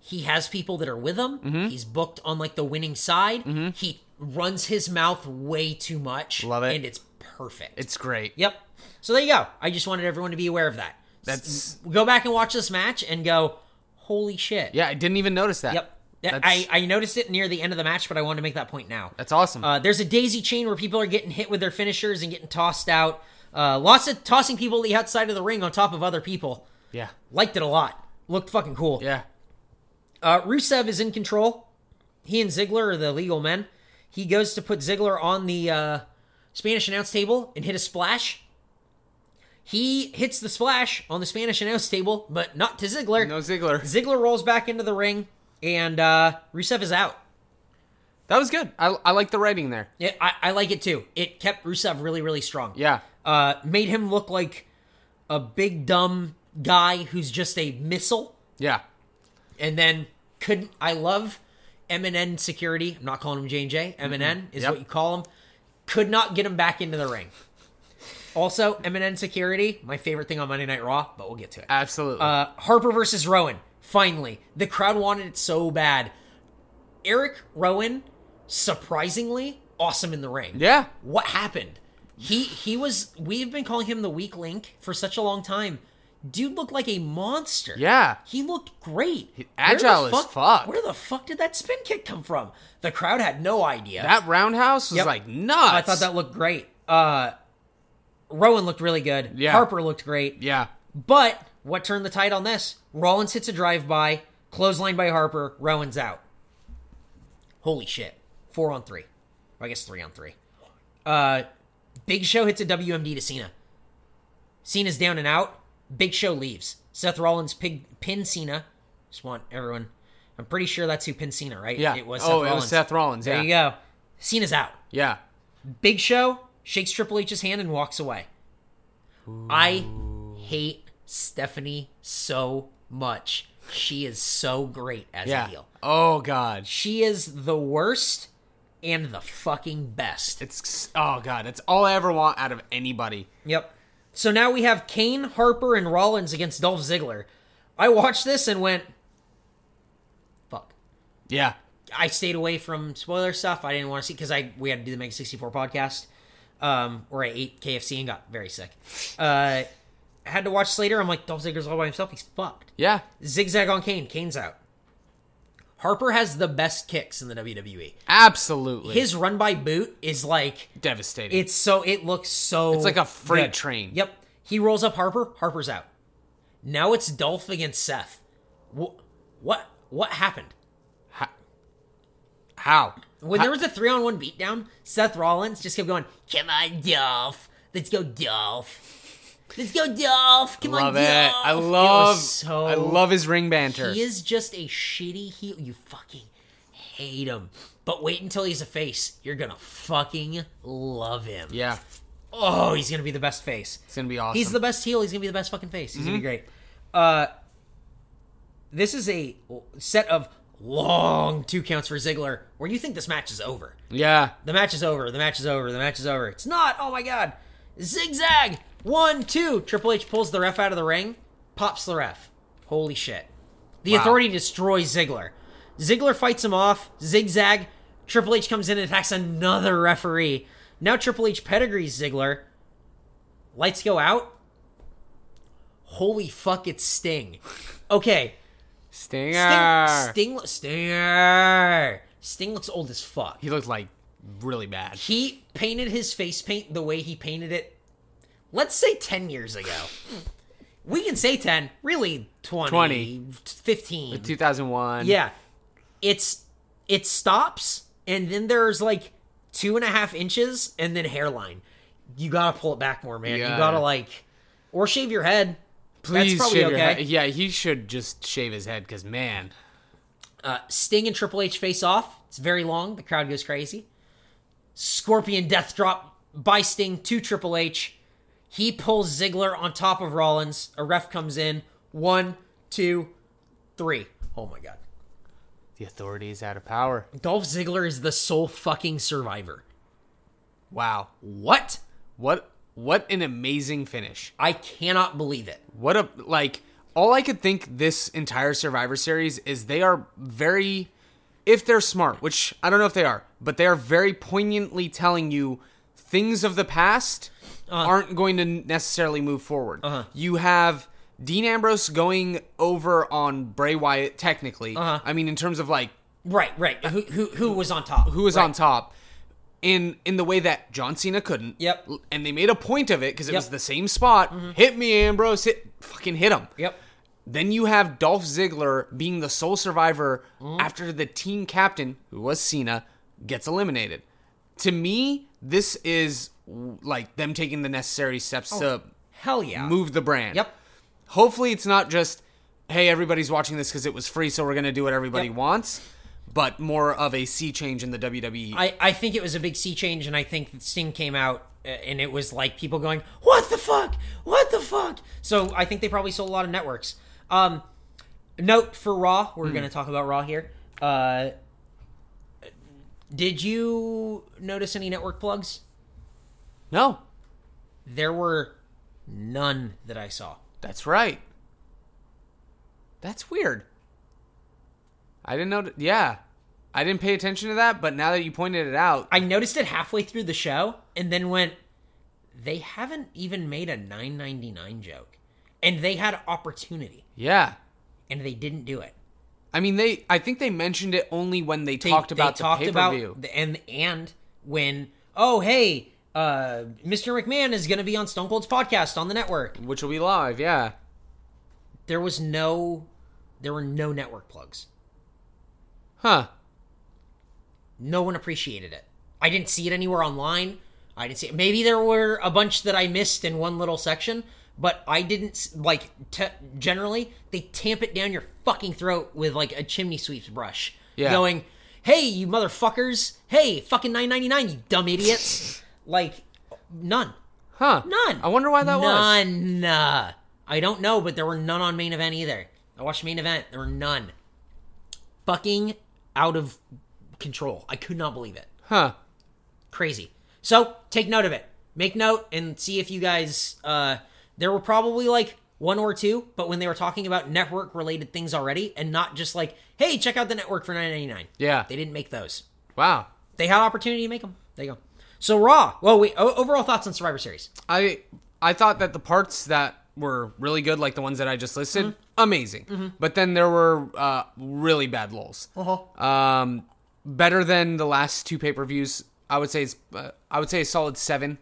he has people that are with him.
Mm-hmm.
He's booked on like the winning side. He runs his mouth way too much.
Love it.
And it's perfect.
It's great.
Yep. So there you go. I just wanted everyone to be aware of that.
That's-
go back and watch this match and go, holy shit.
Yeah, I didn't even notice that.
Yep. Yeah,
That's,
I, I noticed it near the end of the match, but I wanted to make that point now.
that's awesome.
Uh, there's a daisy chain where people are getting hit with their finishers and getting tossed out. Uh, lots of tossing people to the outside of the ring on top of other people.
yeah.
Liked it a lot. Looked fucking cool.
Yeah.
Uh, Rusev is in control. He and Ziggler are the legal men. He goes to put Ziggler on the uh, Spanish announce table and hit a splash. He hits the splash on the Spanish announce table, but not to Ziggler.
No Ziggler.
Ziggler rolls back into the ring, and uh, Rusev is out.
That was good. I, I like the writing there.
Yeah, I, I like it too. It kept Rusev really, really strong.
Yeah.
Uh, made him look like a big dumb guy who's just a missile.
Yeah.
And then couldn't. I love MNN security. I'm not calling him J and J. MNN is
Mm-hmm. Yep.
what you call him. Could not get him back into the ring. Also, MNN security, my favorite thing on Monday Night Raw, but we'll get to it.
Absolutely.
Uh, Harper versus Rowan. Finally, the crowd wanted it so bad. Eric Rowan, surprisingly awesome in the ring.
yeah.
What happened? He he was. We've been calling him the weak link for such a long time. Dude looked like a monster.
Yeah.
He looked great.
agile
Where
as
the
fuck.
Where the fuck did that spin kick come from? The crowd had no idea.
That roundhouse was
Yep.
like nuts.
I thought that looked great. Uh, Rowan looked really good.
Yeah.
Harper looked great.
Yeah.
But what turned the tide on this? Rollins hits a drive by, clothesline by Harper, Rowan's out. Holy shit. Four on three. Or I guess three on three. Uh Big Show hits a WMD to Cena. Cena's down and out. Big Show leaves. Seth Rollins pig, pin Cena. Just want everyone. I'm pretty sure that's who pinned Cena, right?
Yeah.
It was Seth
oh,
Rollins.
it was Seth Rollins. Yeah.
There you go. Cena's out.
Yeah.
Big Show shakes Triple H's hand and walks away. I hate Stephanie so much. She is so great as
Yeah.
a heel.
Oh god.
She is the worst and the fucking best.
It's oh god. That's all I ever want out of anybody.
Yep. So now we have Kane, Harper, and Rollins against Dolph Ziggler. I watched this and went, fuck.
Yeah.
I stayed away from spoiler stuff. I didn't want to see because I we had to do the Mega sixty four podcast, um, where I ate KFC and got very sick. Uh, had to watch Slater. I'm like Dolph Ziggler's all by himself. He's fucked.
Yeah.
Zigzag on Kane. Kane's out. Harper has the best kicks in the WWE.
Absolutely.
His run by boot is like
devastating.
it's so it looks so. It's
like a freight train.
Yep. He rolls up Harper. Harper's out. Now it's Dolph against Seth. Wh- what what happened?
How?
When there was a three on one beatdown, Seth Rollins just kept going, Come on, Dolph. Let's go, Dolph. Let's go, Dolph. Come
Love
on,
it.
Dolph.
I
was
love.
so-
I love his ring banter.
He is just a shitty heel. You fucking hate him. But wait until he's a face. You're going to fucking love him.
yeah.
Oh, he's going to be the best face.
It's gonna be awesome. Mm-hmm.
He's the best heel. He's gonna be the best fucking face. He's gonna be great. Uh, this is a set of long two counts for Ziggler, where you think this match is over.
yeah.
The match is over. The match is over. The match is over. It's not. Oh my god! Zigzag. One, two. Triple H pulls the ref out of the ring. Pops the ref. Holy shit! The
Wow.
Authority destroys Ziggler. Ziggler fights him off. Zigzag. Triple H comes in and attacks another referee. Now Triple H pedigrees Ziggler. Lights go out. Holy fuck! It's Sting. Okay.
Stinger.
Sting. Sting. Stinger. Sting looks old as fuck
he looked like really bad.
he painted his face paint the way he painted it let's say 10 years ago we can say 10 really 20,
20.
15
Two thousand one.
yeah it's it stops and then there's like two and a half inches and then hairline you gotta pull it back more man
Yeah.
you gotta like or shave your head
Please
that's probably
shave
okay
your head. Yeah, he should just shave his head because man.
Uh, Sting and Triple H face off. It's very long. The crowd goes crazy. Scorpion death drop by Sting to Triple H. He pulls Ziggler on top of Rollins. A ref comes in. One, two, three. Oh my god.
The authority is out of power.
Dolph Ziggler is the sole fucking survivor.
Wow.
What?
What what an amazing finish.
I cannot believe it.
What a like all I could think this entire Survivor series is they are very if they're smart, which I don't know if they are, but they are very poignantly telling you things of the past
Uh-huh.
aren't going to necessarily move forward. You have Dean Ambrose going over on Bray Wyatt technically.
Uh-huh.
I mean in terms of like
Right, right. Who who, who was on top?
who was on top in in the way that John Cena couldn't.
Yep.
L- And they made a point of it because it
Yep. Mm-hmm.
was the same spot. Hit me, Ambrose. Hit fucking hit him.
Yep.
Then you have Dolph Ziggler being the sole survivor
Mm-hmm.
after the team captain, who was Cena, gets eliminated. To me, this is like them taking the necessary steps to
Hell yeah.
move the brand.
Oh. Yep.
Hopefully, it's not just hey everybody's watching this because it was free, so we're gonna do what everybody
Yep.
wants, but more of a sea change in the E. WWE.
I, I think it was a big sea change, and I think that Sting came out, uh, and it was like people going, "What the fuck? What the fuck?" So I think they probably sold a lot of networks. Um, note for Raw, we're going to talk about Raw here. Uh, did you notice any network plugs?
no,
There were none that I saw.
that's right. That's weird. I didn't know. th- yeah, I didn't pay attention to that, but now that you pointed it out,
I noticed it halfway through the show and then went, they haven't even made a 9.99 joke. And they had opportunity
yeah.
and they didn't do it.
I mean, they. I think they mentioned it only when they,
They-
talked
they
about the pay per view.
the- and and when oh hey, uh Mr. McMahon is going to be on Stone Cold's podcast on the network.
which will be live. Yeah,
There was no there were no network plugs.
huh?
No one appreciated it. I didn't see it anywhere online. I didn't see it. Maybe there were a bunch that I missed in one little section, but I didn't s- like. T- generally, they tamp it down your fucking throat with like a chimney sweeps brush.
Yeah.
Going, hey, you motherfuckers! Hey, fucking nine ninety nine, you dumb idiots! like, none,
Huh?
none.
I wonder why that was.
none. None. I don't know, but there were none on main event either. I watched main event. There were none. Fucking out of control. I could not believe it
Huh?
crazy. So take note of it. Make note and see if you guys. Uh, there were probably like one or two, but when they were talking about network related things already, and not just like, hey, check out the network for nine ninety nine.
Yeah.
They didn't make those.
Wow.
They had opportunity to make them. There you go. So Raw. Well, wait. O- overall thoughts on Survivor Series?
I I thought that the parts that were really good, like the ones that I just listed,
Mm-hmm.
amazing. But then there were uh, really bad lulls.
Uh-huh.
Um, better than the last two pay per views. I would say it's uh, I would say a solid 7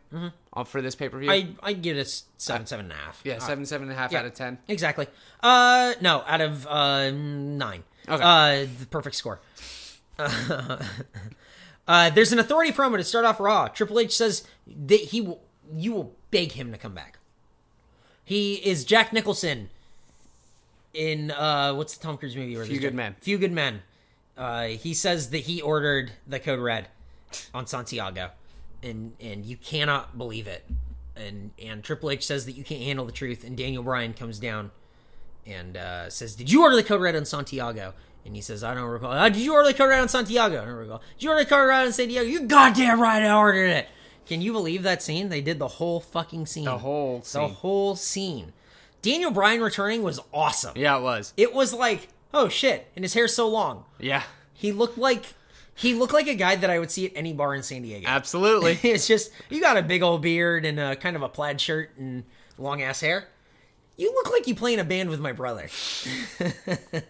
uh, for this pay per view.
Mm-hmm. I uh, I give it a s- seven, seven and a half.
yeah, seven, seven and a half out of ten.
Exactly. Uh, no, out of uh nine.
Okay.
Uh, the perfect score. uh, there's an authority promo to start off Raw. Triple H says that he will, you will beg him to come back. He is Jack Nicholson in uh, what's the Tom Cruise movie? Where Few
Good Men.
Few Good Men. Uh, he says that he ordered the code red on Santiago, and and you cannot believe it. And and Triple H says that you can't handle the truth, and Daniel Bryan comes down and uh, says, "Did you order the code red on Santiago?" And he says, "I don't recall. Uh, did you order the code red on Santiago? I don't recall. Did you order the code red on Santiago? You goddamn right, I ordered it." Can you believe that scene? They did the whole fucking scene.
The whole
The
scene.
whole scene. Daniel Bryan returning was awesome.
Yeah, it was.
It was like, oh shit, and his hair's so long.
Yeah,
He looked like he looked like a guy that I would see at any bar in San Diego.
absolutely.
It's just you got a big old beard and a kind of a plaid shirt and long ass hair. You look like you play in a band with my brother.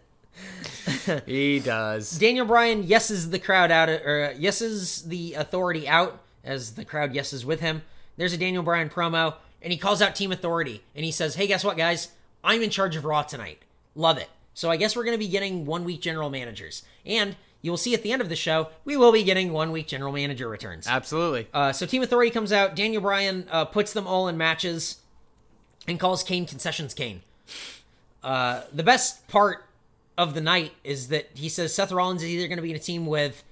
he does.
Daniel Bryan yeses the crowd out, or uh, yeses the authority out as the crowd yeses with him. There's a Daniel Bryan promo, and he calls out Team Authority, and he says, "Hey, guess what, guys? I'm in charge of Raw tonight. Love it. So I guess we're going to be getting one week general managers, and you will see at the end of the show we will be getting one week general manager returns.
Absolutely.
Uh, so Team Authority comes out. Daniel Bryan uh, puts them all in matches and calls Kane concessions Kane. Uh, the best part of the night is that he says Seth Rollins is either going to be in a team with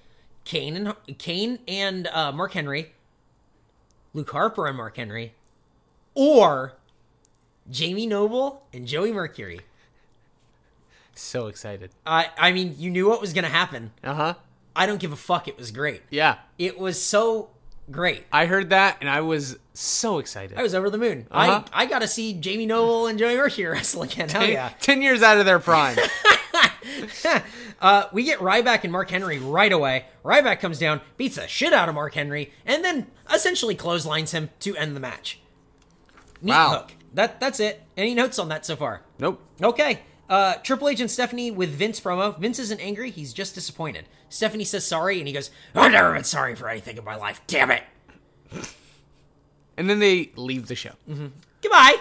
Kane and Kane and uh, Mark Henry, Luke Harper and Mark Henry, or Jamie Noble and Joey Mercury.
so excited.
I I mean, you knew what was going to happen.
Uh huh.
I don't give a fuck. It was great.
Yeah,
It was so great.
I heard that and I was so excited.
I was over the moon.
Uh-huh.
I, I got to see Jamie Noble and Joey Mercury wrestle again. Hell Oh, yeah.
Ten years out of their prime.
Uh, we get Ryback and Mark Henry right away. Ryback comes down, beats the shit out of Mark Henry, and then essentially clotheslines him to end the match. Neat
Wow.
hook. That, that's it. Any notes on that so far?
nope.
Okay. Uh, Triple H and Stephanie with Vince promo. Vince isn't angry, he's just disappointed. Stephanie says sorry, and he goes, I've never been sorry for anything in my life. Damn it. Mm-hmm.
And then they leave the show.
Goodbye.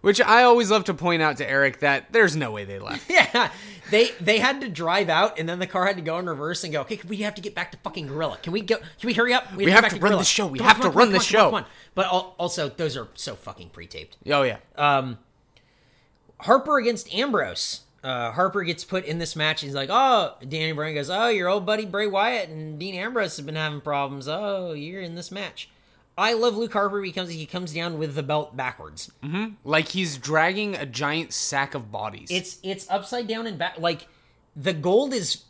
Which I always love to point out to Eric that there's no way they left.
Yeah, they they had to drive out, and then the car had to go in reverse and go. Okay, we have to get back to fucking Gorilla. Can we go? Can we hurry up?
We
get
have
back
to run
Gorilla.
this show. We
Come
have
come
to
come
run this
come
show.
come But al- also, those are so fucking pre-taped.
Oh yeah.
Uh, Harper against Ambrose. Uh, Harper gets put in this match. He's like, "Oh," Danny Bryan goes, "Oh, your old buddy Bray Wyatt and Dean Ambrose have been having problems. Oh, you're in this match." I love Luke Harper because he comes down with the belt backwards.
like he's dragging a giant sack of bodies.
It's it's upside down and back. Like the gold is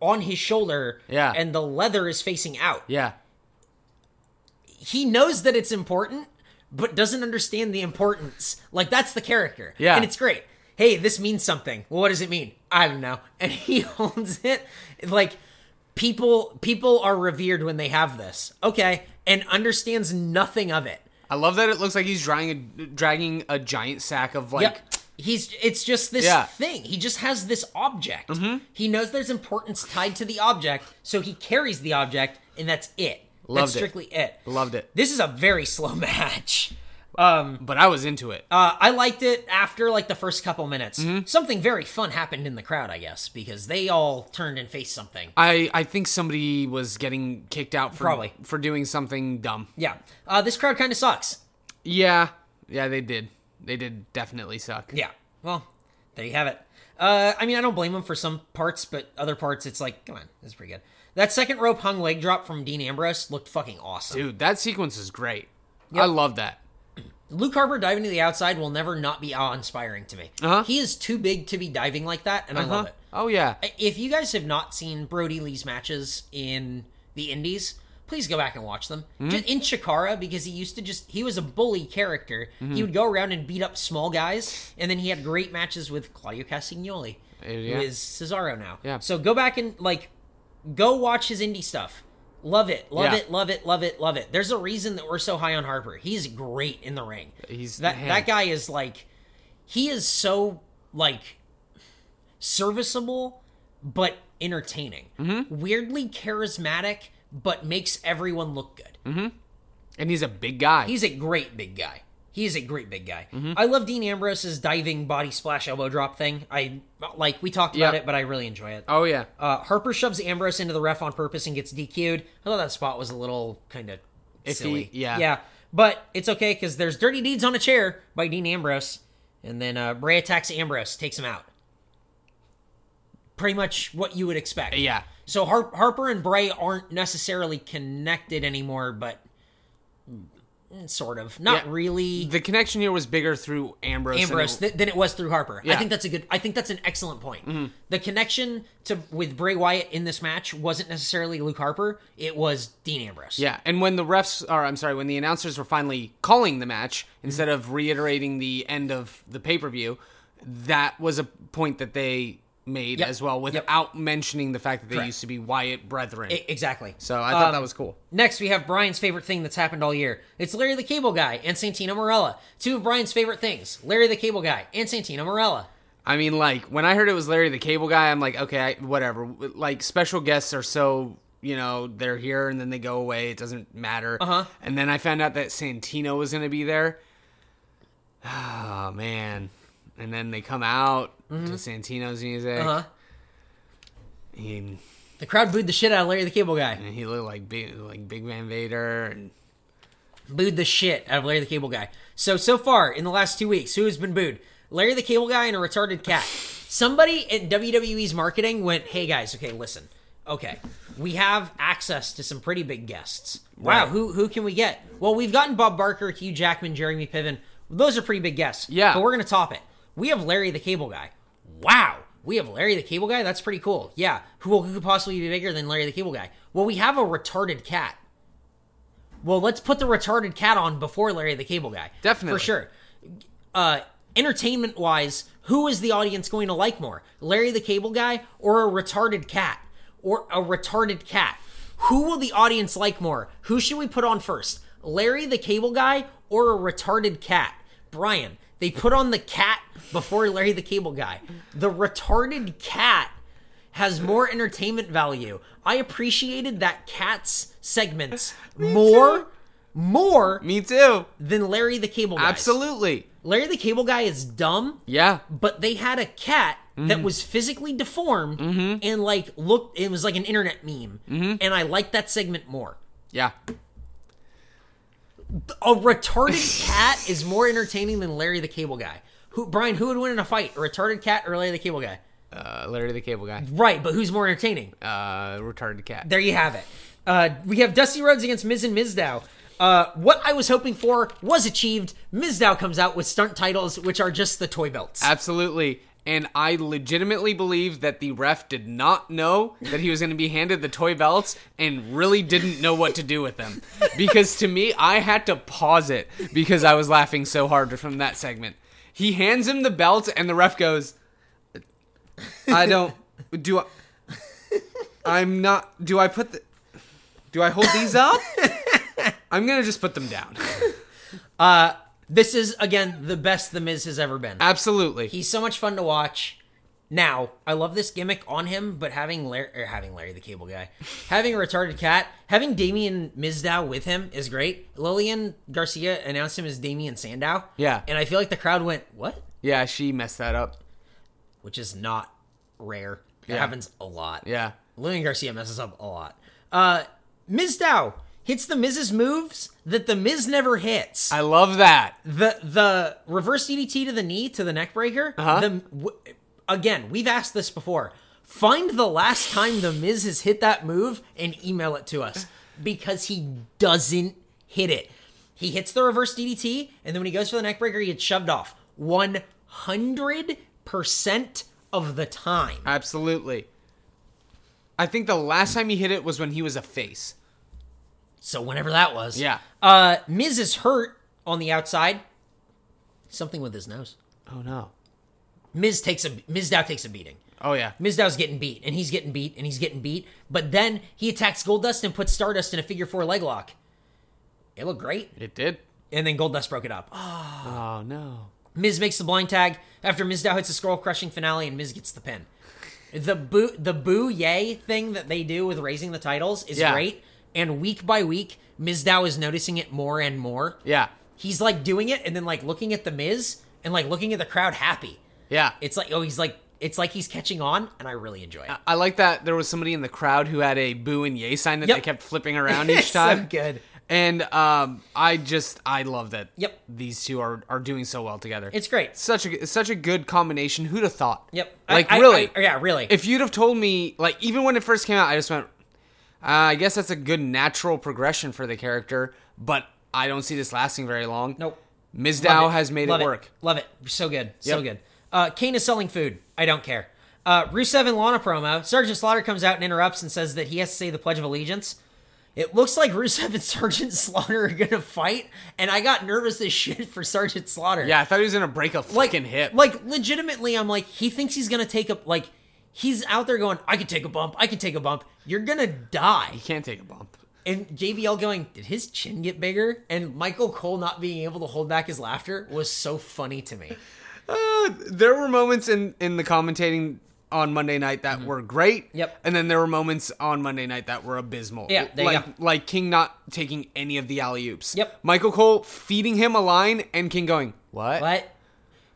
on his shoulder,
Yeah.
and the leather is facing out.
yeah.
He knows that it's important, but doesn't understand the importance. Like that's the character.
Yeah.
and it's great. Hey, this means something. Well, what does it mean? I don't know. And he holds it like people people are revered when they have this. Okay, and understands nothing of it.
I love that it looks like he's dragging a, dragging a giant sack of like
Yep. He's it's just this
Yeah. Mm-hmm.
thing. He just has this object. He knows there's importance tied to the object, so he carries the object, and that's it.
Loved
that's
it.
strictly it.
loved it.
This is a very slow match.
But I was into it.
Uh, I liked it after like the first couple minutes.
Mm-hmm.
Something very fun happened in the crowd, I guess, because they all turned and faced something.
I I think somebody was getting kicked out for
Probably.
for doing something dumb.
Yeah, uh, this crowd kind of sucks.
Yeah. Yeah, they did. They did definitely suck.
Yeah. Well, there you have it. Uh, I mean, I don't blame him for some parts, but other parts, it's like, come on, this is pretty good. That second rope hung leg drop from Dean Ambrose looked fucking awesome.
Dude, that sequence is great. I love that.
Luke Harper diving to the outside will never not be awe-inspiring to me.
Uh-huh.
He is too big to be diving like that, and I love
Huh?
it.
Oh yeah.
If you guys have not seen Brody Lee's matches in the Indies, please go back and watch them.
Hmm?
Just in Chikara, because he used to just he was a bully character.
Hmm.
He would go around and beat up small guys, and then he had great matches with Claudio Castagnoli,
yeah.
who is Cesaro now.
Yeah.
So go back and like go watch his indie stuff. Love it, love
Yeah.
it, love it, love it, love it. There's a reason that we're so high on Harper. He's great in the ring.
He's
that
the
that
hand.
guy is like he is so like serviceable but entertaining.
Mm-hmm.
Weirdly charismatic, but makes everyone look good.
Mm-hmm. And he's a big guy.
He's a great big guy. He is a great big guy.
Mm-hmm.
I love Dean Ambrose's diving body splash elbow drop thing. I like we talked about
Yeah.
it, but I really enjoy it.
oh yeah.
Uh, Harper shoves Ambrose into the ref on purpose and gets DQ'd. I thought that spot was a little kind of
Iffy,
silly.
yeah.
yeah, but it's okay because there's dirty deeds on a chair by Dean Ambrose, and then uh, Bray attacks Ambrose, takes him out. Pretty much what you would expect.
Yeah.
So Har- Harper and Bray aren't necessarily connected anymore, but mm, sort of. Not
Yeah.
really.
The connection here was bigger through Ambrose. than it-
Ambrose th- than it was through Harper. I
Yeah. Mm-hmm.
think that's a good. I think that's an excellent point. The connection to with Bray Wyatt in this match wasn't necessarily Luke Harper. It was Dean Ambrose.
Yeah, and when the refs, or I'm sorry, when the announcers were finally calling the match
Mm-hmm.
instead of reiterating the end of the pay per view, that was a point that they made
Yep.
as well without mentioning the fact that they used to be Wyatt brethren.
E- exactly. Um,
so I thought that was cool.
Next, we have Brian's favorite thing that's happened all year. It's Larry the Cable Guy and Santino Morella. Two of Brian's favorite things: Larry the Cable Guy and Santino Morella.
I mean, like when I heard it was Larry the Cable Guy, I'm like, okay, I, whatever. Like special guests are so you know they're here and then they go away. It doesn't matter. Uh huh. And then I found out that Santino was going to be there. Oh man! And then they come out to Santino's music.
Uh-huh.
He
The crowd booed the shit out of Larry the Cable Guy.
and he looked like big, like Big Van Vader. And
Booed the shit out of Larry the Cable Guy. So so far in the last two weeks, who has been booed? Larry the Cable Guy and a retarded cat. Somebody in WWE's marketing went, "Hey guys, okay, listen, okay, we have access to some pretty big guests. Wow,
Right.
who who can we get? Well, we've gotten Bob Barker, Hugh Jackman, Jeremy Piven. Those are pretty big guests.
Yeah.
but we're gonna top it. We have Larry the Cable Guy. Wow, we have Larry the Cable Guy. That's pretty cool. Yeah, who who could possibly be bigger than Larry the Cable Guy? Well, we have a retarded cat. Well, let's put the retarded cat on before Larry the Cable Guy.
Definitely.
For sure. Uh, entertainment wise, who is the audience going to like more? Larry the Cable Guy or a retarded cat? Or a retarded cat? Who will the audience like more? Who should we put on first? Larry the Cable Guy or a retarded cat? Brian, they put on the cat before Larry the Cable Guy. The retarded cat has more entertainment value. I appreciated that cat's segments more more
me too.
than Larry the Cable Guy.
Absolutely.
Larry the Cable Guy is dumb,
Yeah.
but they had a cat that was physically deformed and like looked. It was like an internet meme, and I liked that segment more.
Yeah.
A retarded cat is more entertaining than Larry the Cable Guy. Who Brian? Who would win in a fight? A retarded cat or Larry the Cable Guy?
Uh, Larry the Cable Guy.
Right, but who's more entertaining?
Uh, retarded cat.
There you have it. Uh, we have Dusty Rhodes against Miz and Mizdow. Uh, what I was hoping for was achieved. Mizdow comes out with stunt titles, which are just the toy belts.
Absolutely. And I legitimately believe that the ref did not know that he was going to be handed the toy belts and really didn't know what to do with them. Because to me, I had to pause it because I was laughing so hard from that segment. He hands him the belts, and the ref goes, I don't. Do I. I'm not. Do I put the. Do I hold these up? I'm going to just put them down.
This is again the best the Miz has ever been.
Absolutely.
He's so much fun to watch. Now, I love this gimmick on him, but having Larry, or having Larry the Cable Guy, having a retarded cat, having Damian Mizdow with him is great. Lillian Garcia announced him as Damian Sandow.
Yeah.
And I feel like the crowd went, what?
yeah, she messed that up.
Which is not rare. It
Yeah.
happens a lot.
Yeah.
Lillian Garcia messes up a lot. Uh, Mizdow hits the Miz's moves that the Miz never hits.
I love that.
the the reverse DDT to the knee to the neck breaker. The, w- again, we've asked this before. Find the last time the Miz has hit that move and email it to us because he doesn't hit it. He hits the reverse DDT and then when he goes for the neck breaker, he gets shoved off one hundred percent of the time.
Absolutely. I think the last time he hit it was when he was a face.
So whenever that was,
Yeah.
Uh, Miz is hurt on the outside. Something with his nose.
Oh no.
Miz takes a Miz Dow takes a beating.
Oh yeah.
Mizdow's getting beat, and he's getting beat, and he's getting beat. But then he attacks Goldust and puts Stardust in a figure four leg lock. It looked great.
It did.
And then Goldust broke it up.
Oh no.
Miz makes the blind tag after Mizdow hits a scroll crushing finale, and Miz gets the pin. The boo, the boo yay thing that they do with raising the titles is
Yeah.
great. And week by week, Mizdow is noticing it more and more.
Yeah.
He's like doing it and then like looking at the Miz and like looking at the crowd happy.
Yeah.
It's like, oh, he's like, it's like he's catching on, and I really enjoy it.
I like that there was somebody in the crowd who had a boo and yay sign that
Yep.
they kept flipping around
It's
each
so
time.
good.
And um, I just I love that.
Yep.
These two are are doing so well together.
It's great.
such a such a good combination. Who'd have thought?
Yep. I-
Like
I-
really?
I- yeah, really.
If you'd have told me, like even when it first came out, I just went, uh, I guess that's a good natural progression for the character, but I don't see this lasting very long.
Nope.
Ms.
Love
Dow has made
Love
it work.
Love it. So good. So
Yep.
good. Uh, Kane is selling food. I don't care. Uh, Rusev and Lana promo. Sergeant Slaughter comes out and interrupts and says that he has to say the Pledge of Allegiance. It looks like Rusev and Sergeant Slaughter are gonna fight, and I got nervous as shit for Sergeant Slaughter.
Yeah, I thought he was gonna break a
like
fucking hip.
Like legitimately, I'm like, he thinks he's gonna take a like. He's out there going, I can take a bump. I can take a bump. You're gonna die.
he can't take a bump.
And JBL going, did his chin get bigger? And Michael Cole not being able to hold back his laughter was so funny to me.
Uh, there were moments in in the commentating on Monday night that were great.
Mm-hmm. Yep.
And then there were moments on Monday night that were abysmal.
Yeah, there you
like
go.
like King not taking any of the alley oops.
Yep.
Michael Cole feeding him a line and King going what?
But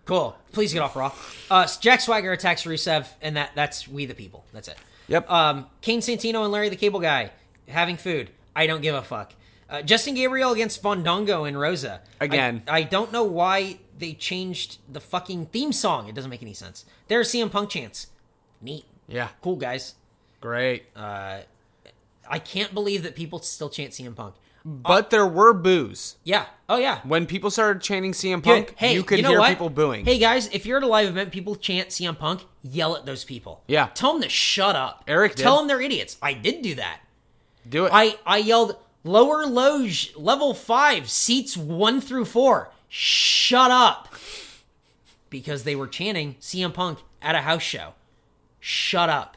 cool. Please get off Raw. Uh, Jack Swagger attacks Rusev, and that that's we the people. That's it.
Yep.
Um, Kane Santino and Larry the Cable Guy having food. I don't give a fuck. Uh, Justin Gabriel against Fondongo and Rosa.
Again.
I, I don't know why they changed the fucking theme song. It doesn't make any sense. There's CM Punk chants. Neat.
Yeah.
Cool, guys.
Great.
I can't believe that people still chant CM Punk.
but there were boos.
Yeah. Oh yeah.
When people started chanting CM Punk,
hey,
you could
know
hear
what?
people booing.
Hey guys, if you're at a live event, people chant CM Punk. Yell at those people.
Yeah.
Tell them to shut up.
Eric did.
Tell them they're idiots. I did do that.
Do it.
I I yelled lower loge level five seats one through four. Shut up. Because they were chanting CM Punk at a house show. Shut up.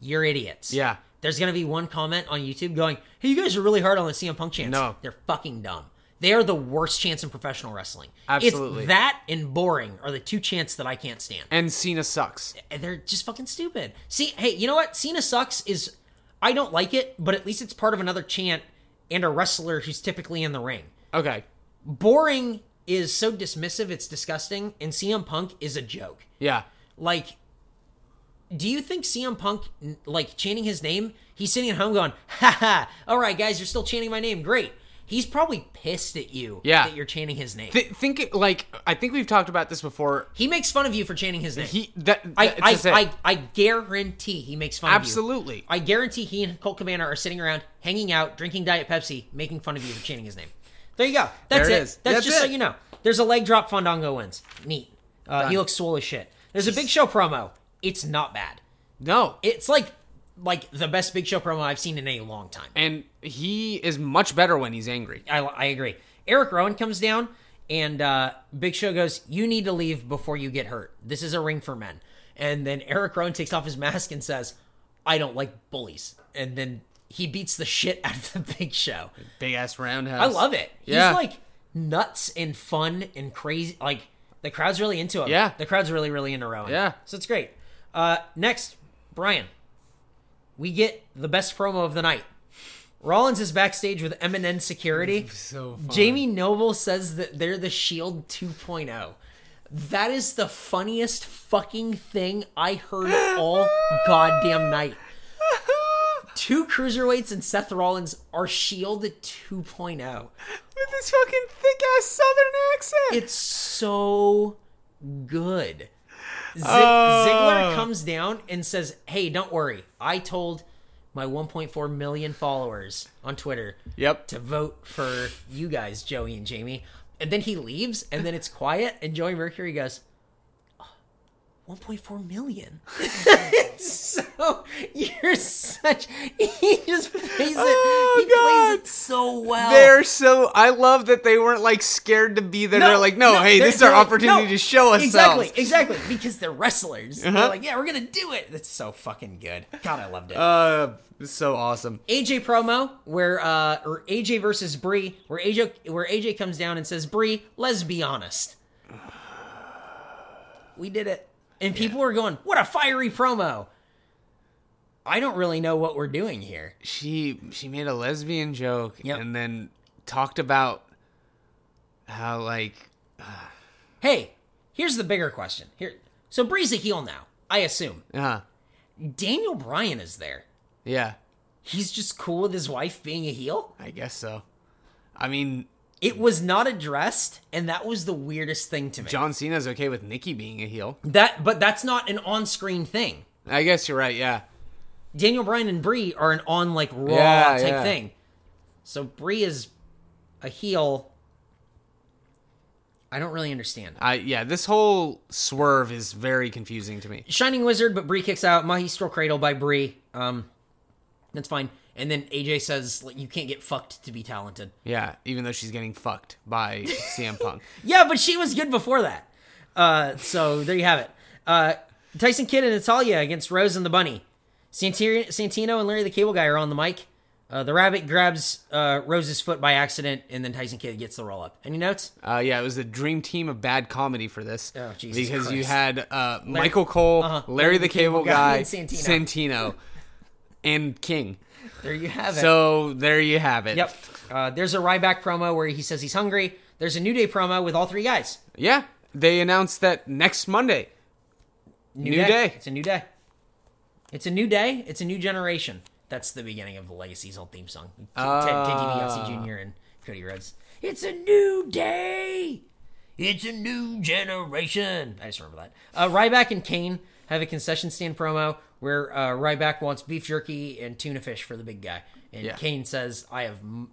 You're idiots.
Yeah.
There's gonna be one comment on YouTube going, "Hey, you guys are really hard on the CM Punk chants.
No.
they're fucking dumb. They are the worst chants in professional wrestling.
Absolutely.
it's that and boring are the two chants that I can't stand.
and Cena sucks.
And they're just fucking stupid. See, hey, you know what? Cena sucks is I don't like it, but at least it's part of another chant and a wrestler who's typically in the ring.
Okay.
Boring is so dismissive, it's disgusting, and CM Punk is a joke.
Yeah.
Like, do you think CM Punk, n- like, chanting his name, he's sitting at home going, ha ha, all right, guys, you're still chanting my name. Great. He's probably pissed at you
Yeah.
that you're chanting his name.
Th- think it- like I think we've talked about this before.
he makes fun of you for chanting his name.
He that
I,
that's
I,
just it.
I, I guarantee he makes fun of you.
absolutely.
I guarantee he and Colt Commander are sitting around, hanging out, drinking Diet Pepsi, making fun of you for chanting his name. There you go. That's
There
it.
it is.
That's,
That's
just so
it.
you know. There's a leg drop. Fandango wins. Neat. Uh, he
Done.
looks swole as shit. There's a Big Show promo. It's not bad.
No.
It's like like the best Big Show promo I've seen in a long time.
and he is much better when he's angry.
I, I agree. Eric Rowan comes down, and uh, Big Show goes, "You need to leave before you get hurt. This is a ring for men." And then Eric Rowan takes off his mask and says, "I don't like bullies." And then he beats the shit out of the Big Show.
Big ass roundhouse.
I love it.
Yeah.
He's like nuts and fun and crazy. Like the crowd's really into him.
Yeah.
the crowd's really really into Rowan.
Yeah.
so it's great. Uh, next, Brian, we get the best promo of the night. Rollins is backstage with Eminem security.
So fun.
Jamie Noble says that they're the Shield 2.0. That is the funniest fucking thing I heard all goddamn night. Two cruiserweights and Seth Rollins are Shield oh. 2.0.
with his fucking thick ass southern accent.
It's so good. Zi-
Oh.
Ziggler comes down and says, "Hey, don't worry. I told my 1.4 million followers on Twitter
yep.
to vote for you guys, Joey and Jamie. And then he leaves, and then it's quiet, and Joey Mercury goes, "Oh, 1.4 million. so you're such. He just plays it.
Oh,
he plays
God.
it so well.
They're so. I love that they weren't like scared to be there. they're like, no, hey,
they're-
this is our
they're like,
opportunity
no,
to show ourselves. Uh-huh.
Exactly, exactly. Because they're wrestlers. They're like, yeah, we're going to do it. That's so fucking good. God, I loved it.
Uh, it's so awesome.
AJ promo where uh or AJ versus Bree where AJ where AJ comes down and says Bree, let's be honest. We did it. And people were going, "What a fiery promo." I don't really know what we're doing here.
She she made a lesbian joke
Yep.
and then talked about how like
Hey, here's the bigger question. Here. So Bree's a heel now, I assume.
uh
Daniel Bryan is there.
yeah,
He's just cool with his wife being a heel?
I guess so. I mean,
It was not addressed, and that was the weirdest thing to me.
John Cena's okay with Nikki being a heel.
that but that's not an on-screen thing.
I guess you're right. Yeah.
Daniel Bryan and Brie are an on like raw
Yeah,
type
yeah.
thing. So Brie is a heel. I don't really understand.
I yeah, this whole swerve is very confusing to me.
Shining Wizard, but Brie kicks out. Mahistral Cradle by Brie. Um, that's fine. And then AJ says, like, you can't get fucked to be talented.
Yeah, even though she's getting fucked by CM Punk.
Yeah, but she was good before that. Uh, so there you have it. Uh, Tyson Kidd and Natalia against Rose and the Bunny. Santir- Santino and Larry the Cable Guy are on the mic. Uh, the rabbit grabs uh, Rose's foot by accident, and then Tyson Kidd gets the roll up. Any notes?
Uh, yeah, it was the dream team of bad comedy for this.
Oh, Jesus
Because you
Christ. Uh-huh.
had uh, Michael Cole, Larry, the Cable, Guy,
and Santino.
Santino, and King.
There you have it.
So there you have it.
yep. Uh, there's a Ryback promo where he says he's hungry. There's a New Day promo with all three guys.
Yeah, they announced that next Monday. New, day.
It's a new day. It's a new day. It's a new generation. That's the beginning of the Legacy's old theme song. Ted, Ted
Ah.
DiBiase Jr. and Cody Rhodes. It's a new day. It's a new generation. I just remember that. Uh, Ryback and Kane have a concession stand promo where uh, Ryback wants beef jerky and tuna fish for the big guy, and
Yeah.
Kane says, "I have m-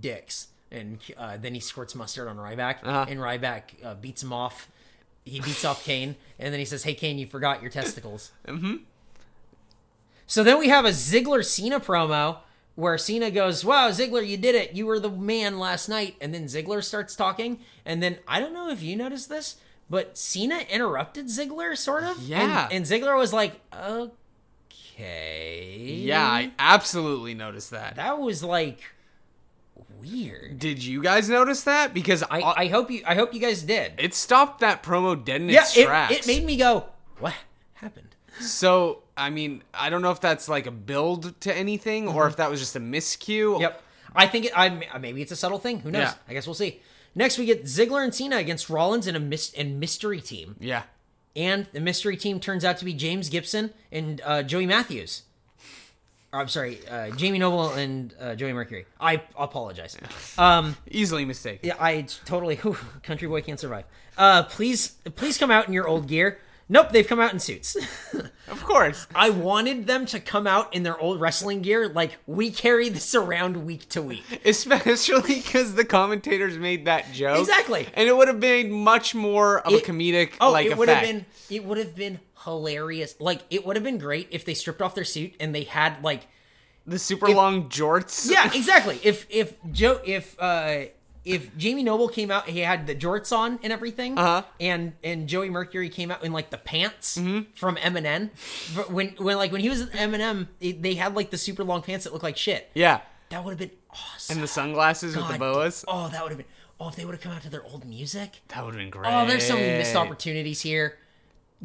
dicks." And uh, then he squirts mustard on Ryback,
Uh-huh.
and Ryback uh, beats him off. He beats off Kane, and then he says, "Hey Kane, you forgot your testicles." mm-hmm. So then we have a Ziggler Cena promo where Cena goes, "Wow, Ziggler, you did it! You were the man last night." And then Ziggler starts talking, and then I don't know if you noticed this, but Cena interrupted Ziggler, sort of.
Yeah.
and, and Ziggler was like, "Okay."
Yeah, I absolutely noticed that.
Mm-hmm. that was like weird.
Did you guys notice that? Because
I, I hope you I hope you guys did.
it stopped that promo dead in
Yeah,
its
it,
tracks.
it made me go, "What happened?"
So, I mean, I don't know if that's like a build to
Mm-hmm.
anything or if that was just a miscue.
Yep. I think it, I maybe it's a subtle thing. Who knows?
Yeah.
I guess we'll see. Next, we get Ziggler and Cena against Rollins and a mis- and mystery team.
Yeah.
And the mystery team turns out to be James Gibson and uh, Joey Matthews. Or, I'm sorry, uh, Jamie Noble and uh, Joey Mercury. I apologize.
Easily mistaken.
Yeah, I totally. Whew, country boy can't survive. Uh, please, please come out in your old gear. Nope, they've come out in suits.
Of course.
I wanted them to come out in their old wrestling gear. Like we carry this around week to week.
Especially because the commentators made that joke.
Exactly.
And it would have been much more of
It-
a comedic
Oh,
like
it would have
effect.
been. It would have been hilarious. Like it would have been great if they stripped off their suit and they had like.
the super long jorts.
Yeah, exactly. If if Joe if uh if Jamie Noble came out, he had the jorts on and everything,
Uh-huh.
and and Joey Mercury came out in like the pants
Mm-hmm.
from Eminem. But when when like when he was with Eminem, it, they had like the super long pants that looked like shit.
Yeah.
That would have been awesome.
And the sunglasses with the
God,
boas.
Oh, that would have been. Oh, if they would have come out to their old music.
That would have been great.
Oh, there's so many missed opportunities here.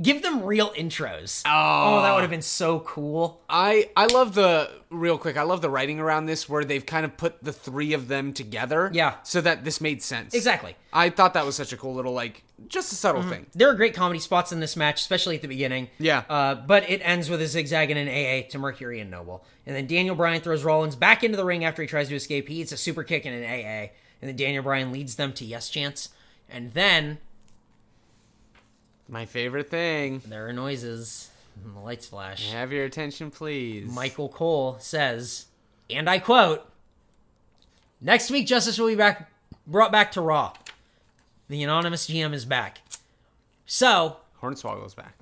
Give them real intros.
Oh.
that would have been so cool.
I I love the real quick. I love the writing around this where they've kind of put the three of them together.
Yeah.
So that this made sense.
Exactly.
I thought that was such a cool little like just a subtle thing.
There are great comedy spots in this match, especially at the beginning.
Yeah.
Uh, but it ends with a zigzag and an AA to Mercury and Noble. And then Daniel Bryan throws Rollins back into the ring after he tries to escape. He hits a super kick and an AA. And then Daniel Bryan leads them to Yes Chance. And then
My favorite thing.
there are noises and the lights flash.
Have your attention, please.
Michael Cole says, and I quote, Next week, Justice will be back, brought back to Raw. The anonymous GM is back. So,
Hornswoggle's back.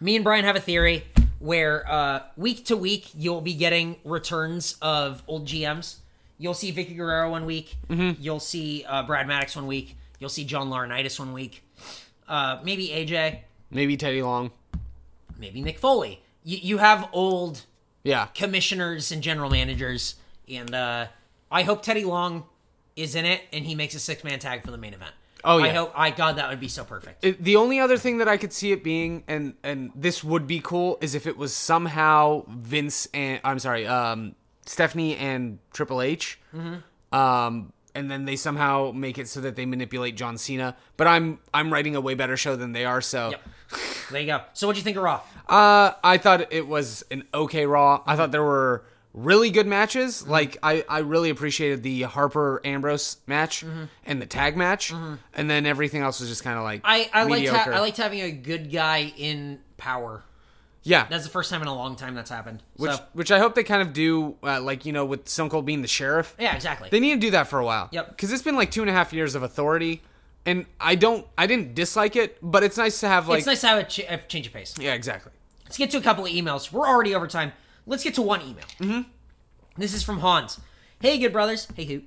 me and Brian have a theory where uh, week to week you'll be getting returns of old GMs. You'll see Vicky Guerrero one week. You'll see uh, Brad Maddox one week. You'll see John Laurinaitis one week. Uh, maybe AJ.
Maybe Teddy Long.
Maybe Mick Foley. You, you have old
Yeah.
commissioners and general managers. And uh, I hope Teddy Long is in it and he makes a six man tag for the main event.
Oh,
I
yeah.
hope. I God, that would be so perfect.
It- the only other thing that I could see it being, and and this would be cool, is if it was somehow Vince and I'm sorry, um, Stephanie and Triple H,
Mm-hmm.
um, and then they somehow make it so that they manipulate John Cena. But I'm I'm writing a way better show than they are, so
Yep. there you go. So, what do you think of Raw?
uh, I thought it was an okay Raw. I thought there were really good matches.
Mm-hmm.
Like I, I really appreciated the Harper Ambrose match
Mm-hmm.
and the tag match, and then everything else was just kind of like
I I liked
mediocre.
ha- I liked having a good guy in power.
yeah.
That's the first time in a long time that's happened.
which
so
which I hope they kind of do, uh, like you know, with Stone Cold being the sheriff.
yeah, exactly.
They need to do that for a while.
Yep.
Because it's been like two and a half years of authority, and I don't, I didn't dislike it, but it's nice to have like,
it's nice to have a, ch- a change of pace.
yeah, exactly.
Let's get to a couple of emails. We're already over time. Let's get to one email. Mm-hmm. This is from Hans. Hey, good brothers. Hey, who?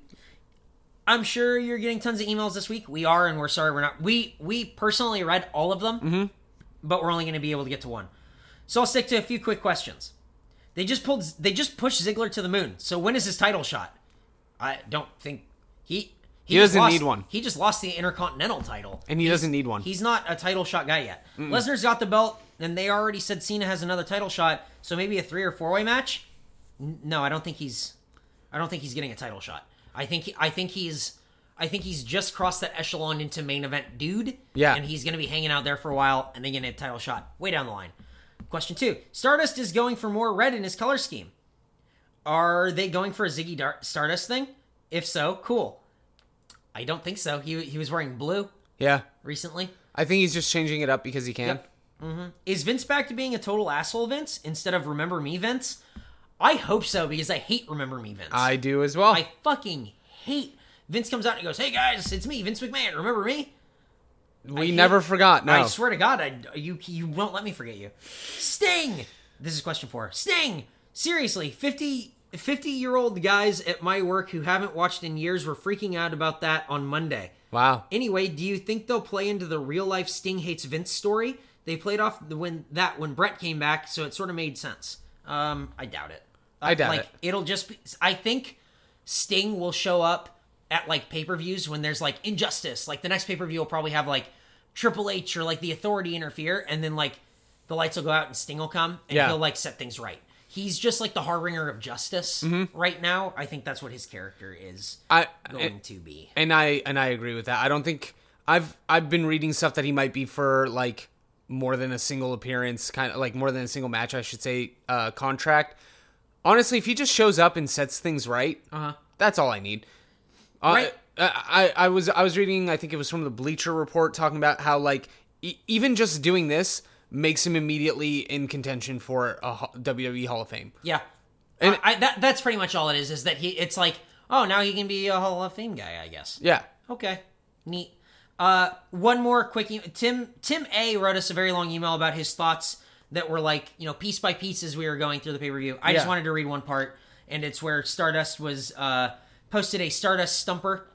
I'm sure you're getting tons of emails this week. We are, and we're sorry we're not. We we personally read all of them,
Mm-hmm.
but we're only going to be able to get to one. So I'll stick to a few quick questions. They just pulled. They just pushed Ziggler to the moon. So when is his title shot? I don't think he. He, just
doesn't
lost-
need one.
He just lost the Intercontinental title.
And he doesn't need one.
He's not a title shot guy yet. Lesnar's got the belt, and they already said Cena has another title shot. So maybe a three or four way match. N- No, I don't think he's. I don't think he's getting a title shot. I think. He, I think he's. I think he's just crossed that echelon into main event dude.
Yeah.
And he's going to be hanging out there for a while and then getting a title shot way down the line. Question two Stardust is going for more red in his color scheme. Are they going for a Ziggy Dar- Stardust thing? If so, cool. I don't think so. He, he was wearing blue
Yeah,
recently.
I think he's just changing it up because he can.
Yep. Is Vince back to being a total asshole Vince instead of remember me Vince? I hope so because I hate remember me Vince.
I do as well.
I fucking hate Vince comes out and goes, "Hey guys, it's me, Vince McMahon. Remember me?"
we
hate-
never forgot. No,
I swear to God, I you you won't let me forget you. Sting. This is question 4. Sting. Seriously, 50 50 year old guys at my work who haven't watched in years were freaking out about that on Monday.
wow.
Anyway, do you think they'll play into the real life Sting hates Vince story? They played off the, when that when Brett came back, so it sort of made sense. Um, I doubt it.
I doubt it.
It'll just. Be, I think Sting will show up at like pay per views when there's like injustice. Like the next pay per view will probably have like Triple H or like the Authority interfere, and then like the lights will go out and Sting will come and
Yeah.
he'll like set things right. he's just like the harbinger of justice right now. I think that's what his character is
Mm-hmm. I
going to be.
and I and I agree with that. I don't think I've I've been reading stuff that he might be for like more than a single appearance, kind of like more than a single match, I should say, uh, contract. Honestly, if he just shows up and sets things right, uh-huh. that's all I need. Uh,
Right.
I, I I was I was reading I think it was from the Bleacher Report talking about how like e- even just doing this makes him immediately in contention for a ho- WWE E Hall of Fame.
Yeah, and I, that that's pretty much all it is. Is that he? It's like oh, now he can be a Hall of Fame guy, I guess.
Yeah.
Okay, neat. Uh, one more quick. E- Tim Tim A wrote us a very long email about his thoughts that were like you know piece by piece as we were going through the pay per view. I just
Yeah.
wanted to read one part, and it's where Stardust was uh, posted a Stardust stumper,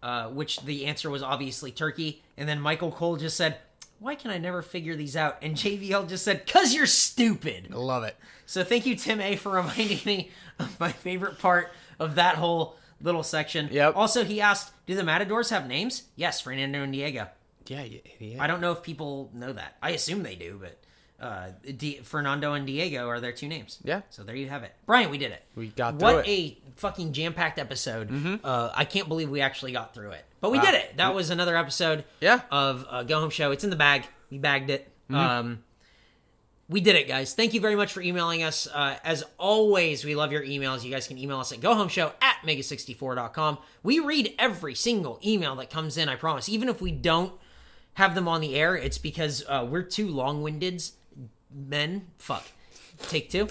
uh, which the answer was obviously turkey, and then Michael Cole just said. Why can I never figure these out? And JVL just said, "Cause you're stupid."
Love it.
So thank you, Tim A, for reminding me of my favorite part of that whole little section.
Yep.
Also, he asked, "Do the Matadors have names?" Yes, Fernando and Diego.
Yeah, you idiot.
I don't know if people know that. I assume they do, but uh, Di Fernando and Diego are their two names.
Yeah.
So there you have it, Brian. We did it.
We got through
what
it. Mm-hmm.
a fucking jam-packed episode. Uh, I can't believe we actually got through it, but we did it. That was another episode.
Yeah. Mm-hmm.
Of uh, Go Home Show. It's in the bag. We bagged it. Um we did it guys thank you very much for emailing us uh, as always we love your emails you guys can email us at gohomeshow at mega64.com we read every single email that comes in i promise even if we don't have them on the air it's because uh, we're too long-winded men fuck take two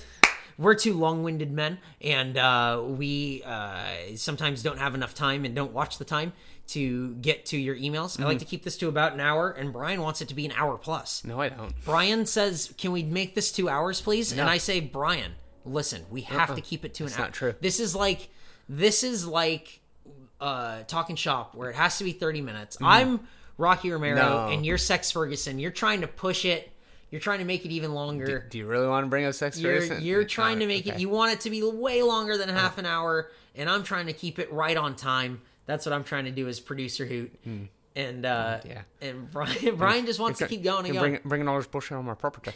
we're two long-winded men and uh, we uh, sometimes don't have enough time and don't watch the time to get to your emails i like to keep this to about an hour and brian wants it to be an hour plus
No, I don't.
Brian says, "Can we make this two hours, please?" And I say, "Brian, listen, we have to keep it to an hour."
Uh-uh. not true.
This is like, this is like, uh, talking shop where it has to be thirty minutes. I'm Rocky Romero,
Mm-hmm. No.
and you're Sex Ferguson. You're trying to push it. You're trying to make it even longer.
Do you really want to bring up sex
you're
Ferguson?
you're
All
trying to
right,
make it.
okay. Uh-huh.
You want it to be way longer than half an hour, and I'm trying to keep it right on time. That's what I'm trying to do as producer hoot. And uh,
Hmm. Yeah.
and Brian Brian just wants to keep going and
You're
going.
bringing- bringing all this bullshit on my property.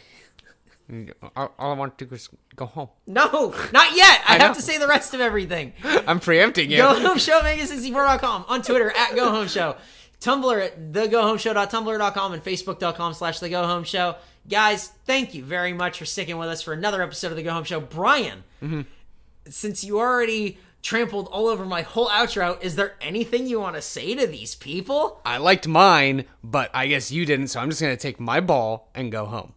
And all, all I want to do is go home.
No, not yet. I,
I
have
know.
to say the rest of everything.
I'm preempting you.
Go home show mega64.com on Twitter at go home show, Tumblr at thegohomeshow.tumblr.com and facebook.com slash the go home show. Guys, thank you very much for sticking with us for another episode of the go home show. Brian, since you already trampled all over my whole outro, is there anything you want to say to these people?
I liked mine, but I guess you didn't, so I'm just going to take my ball and go home.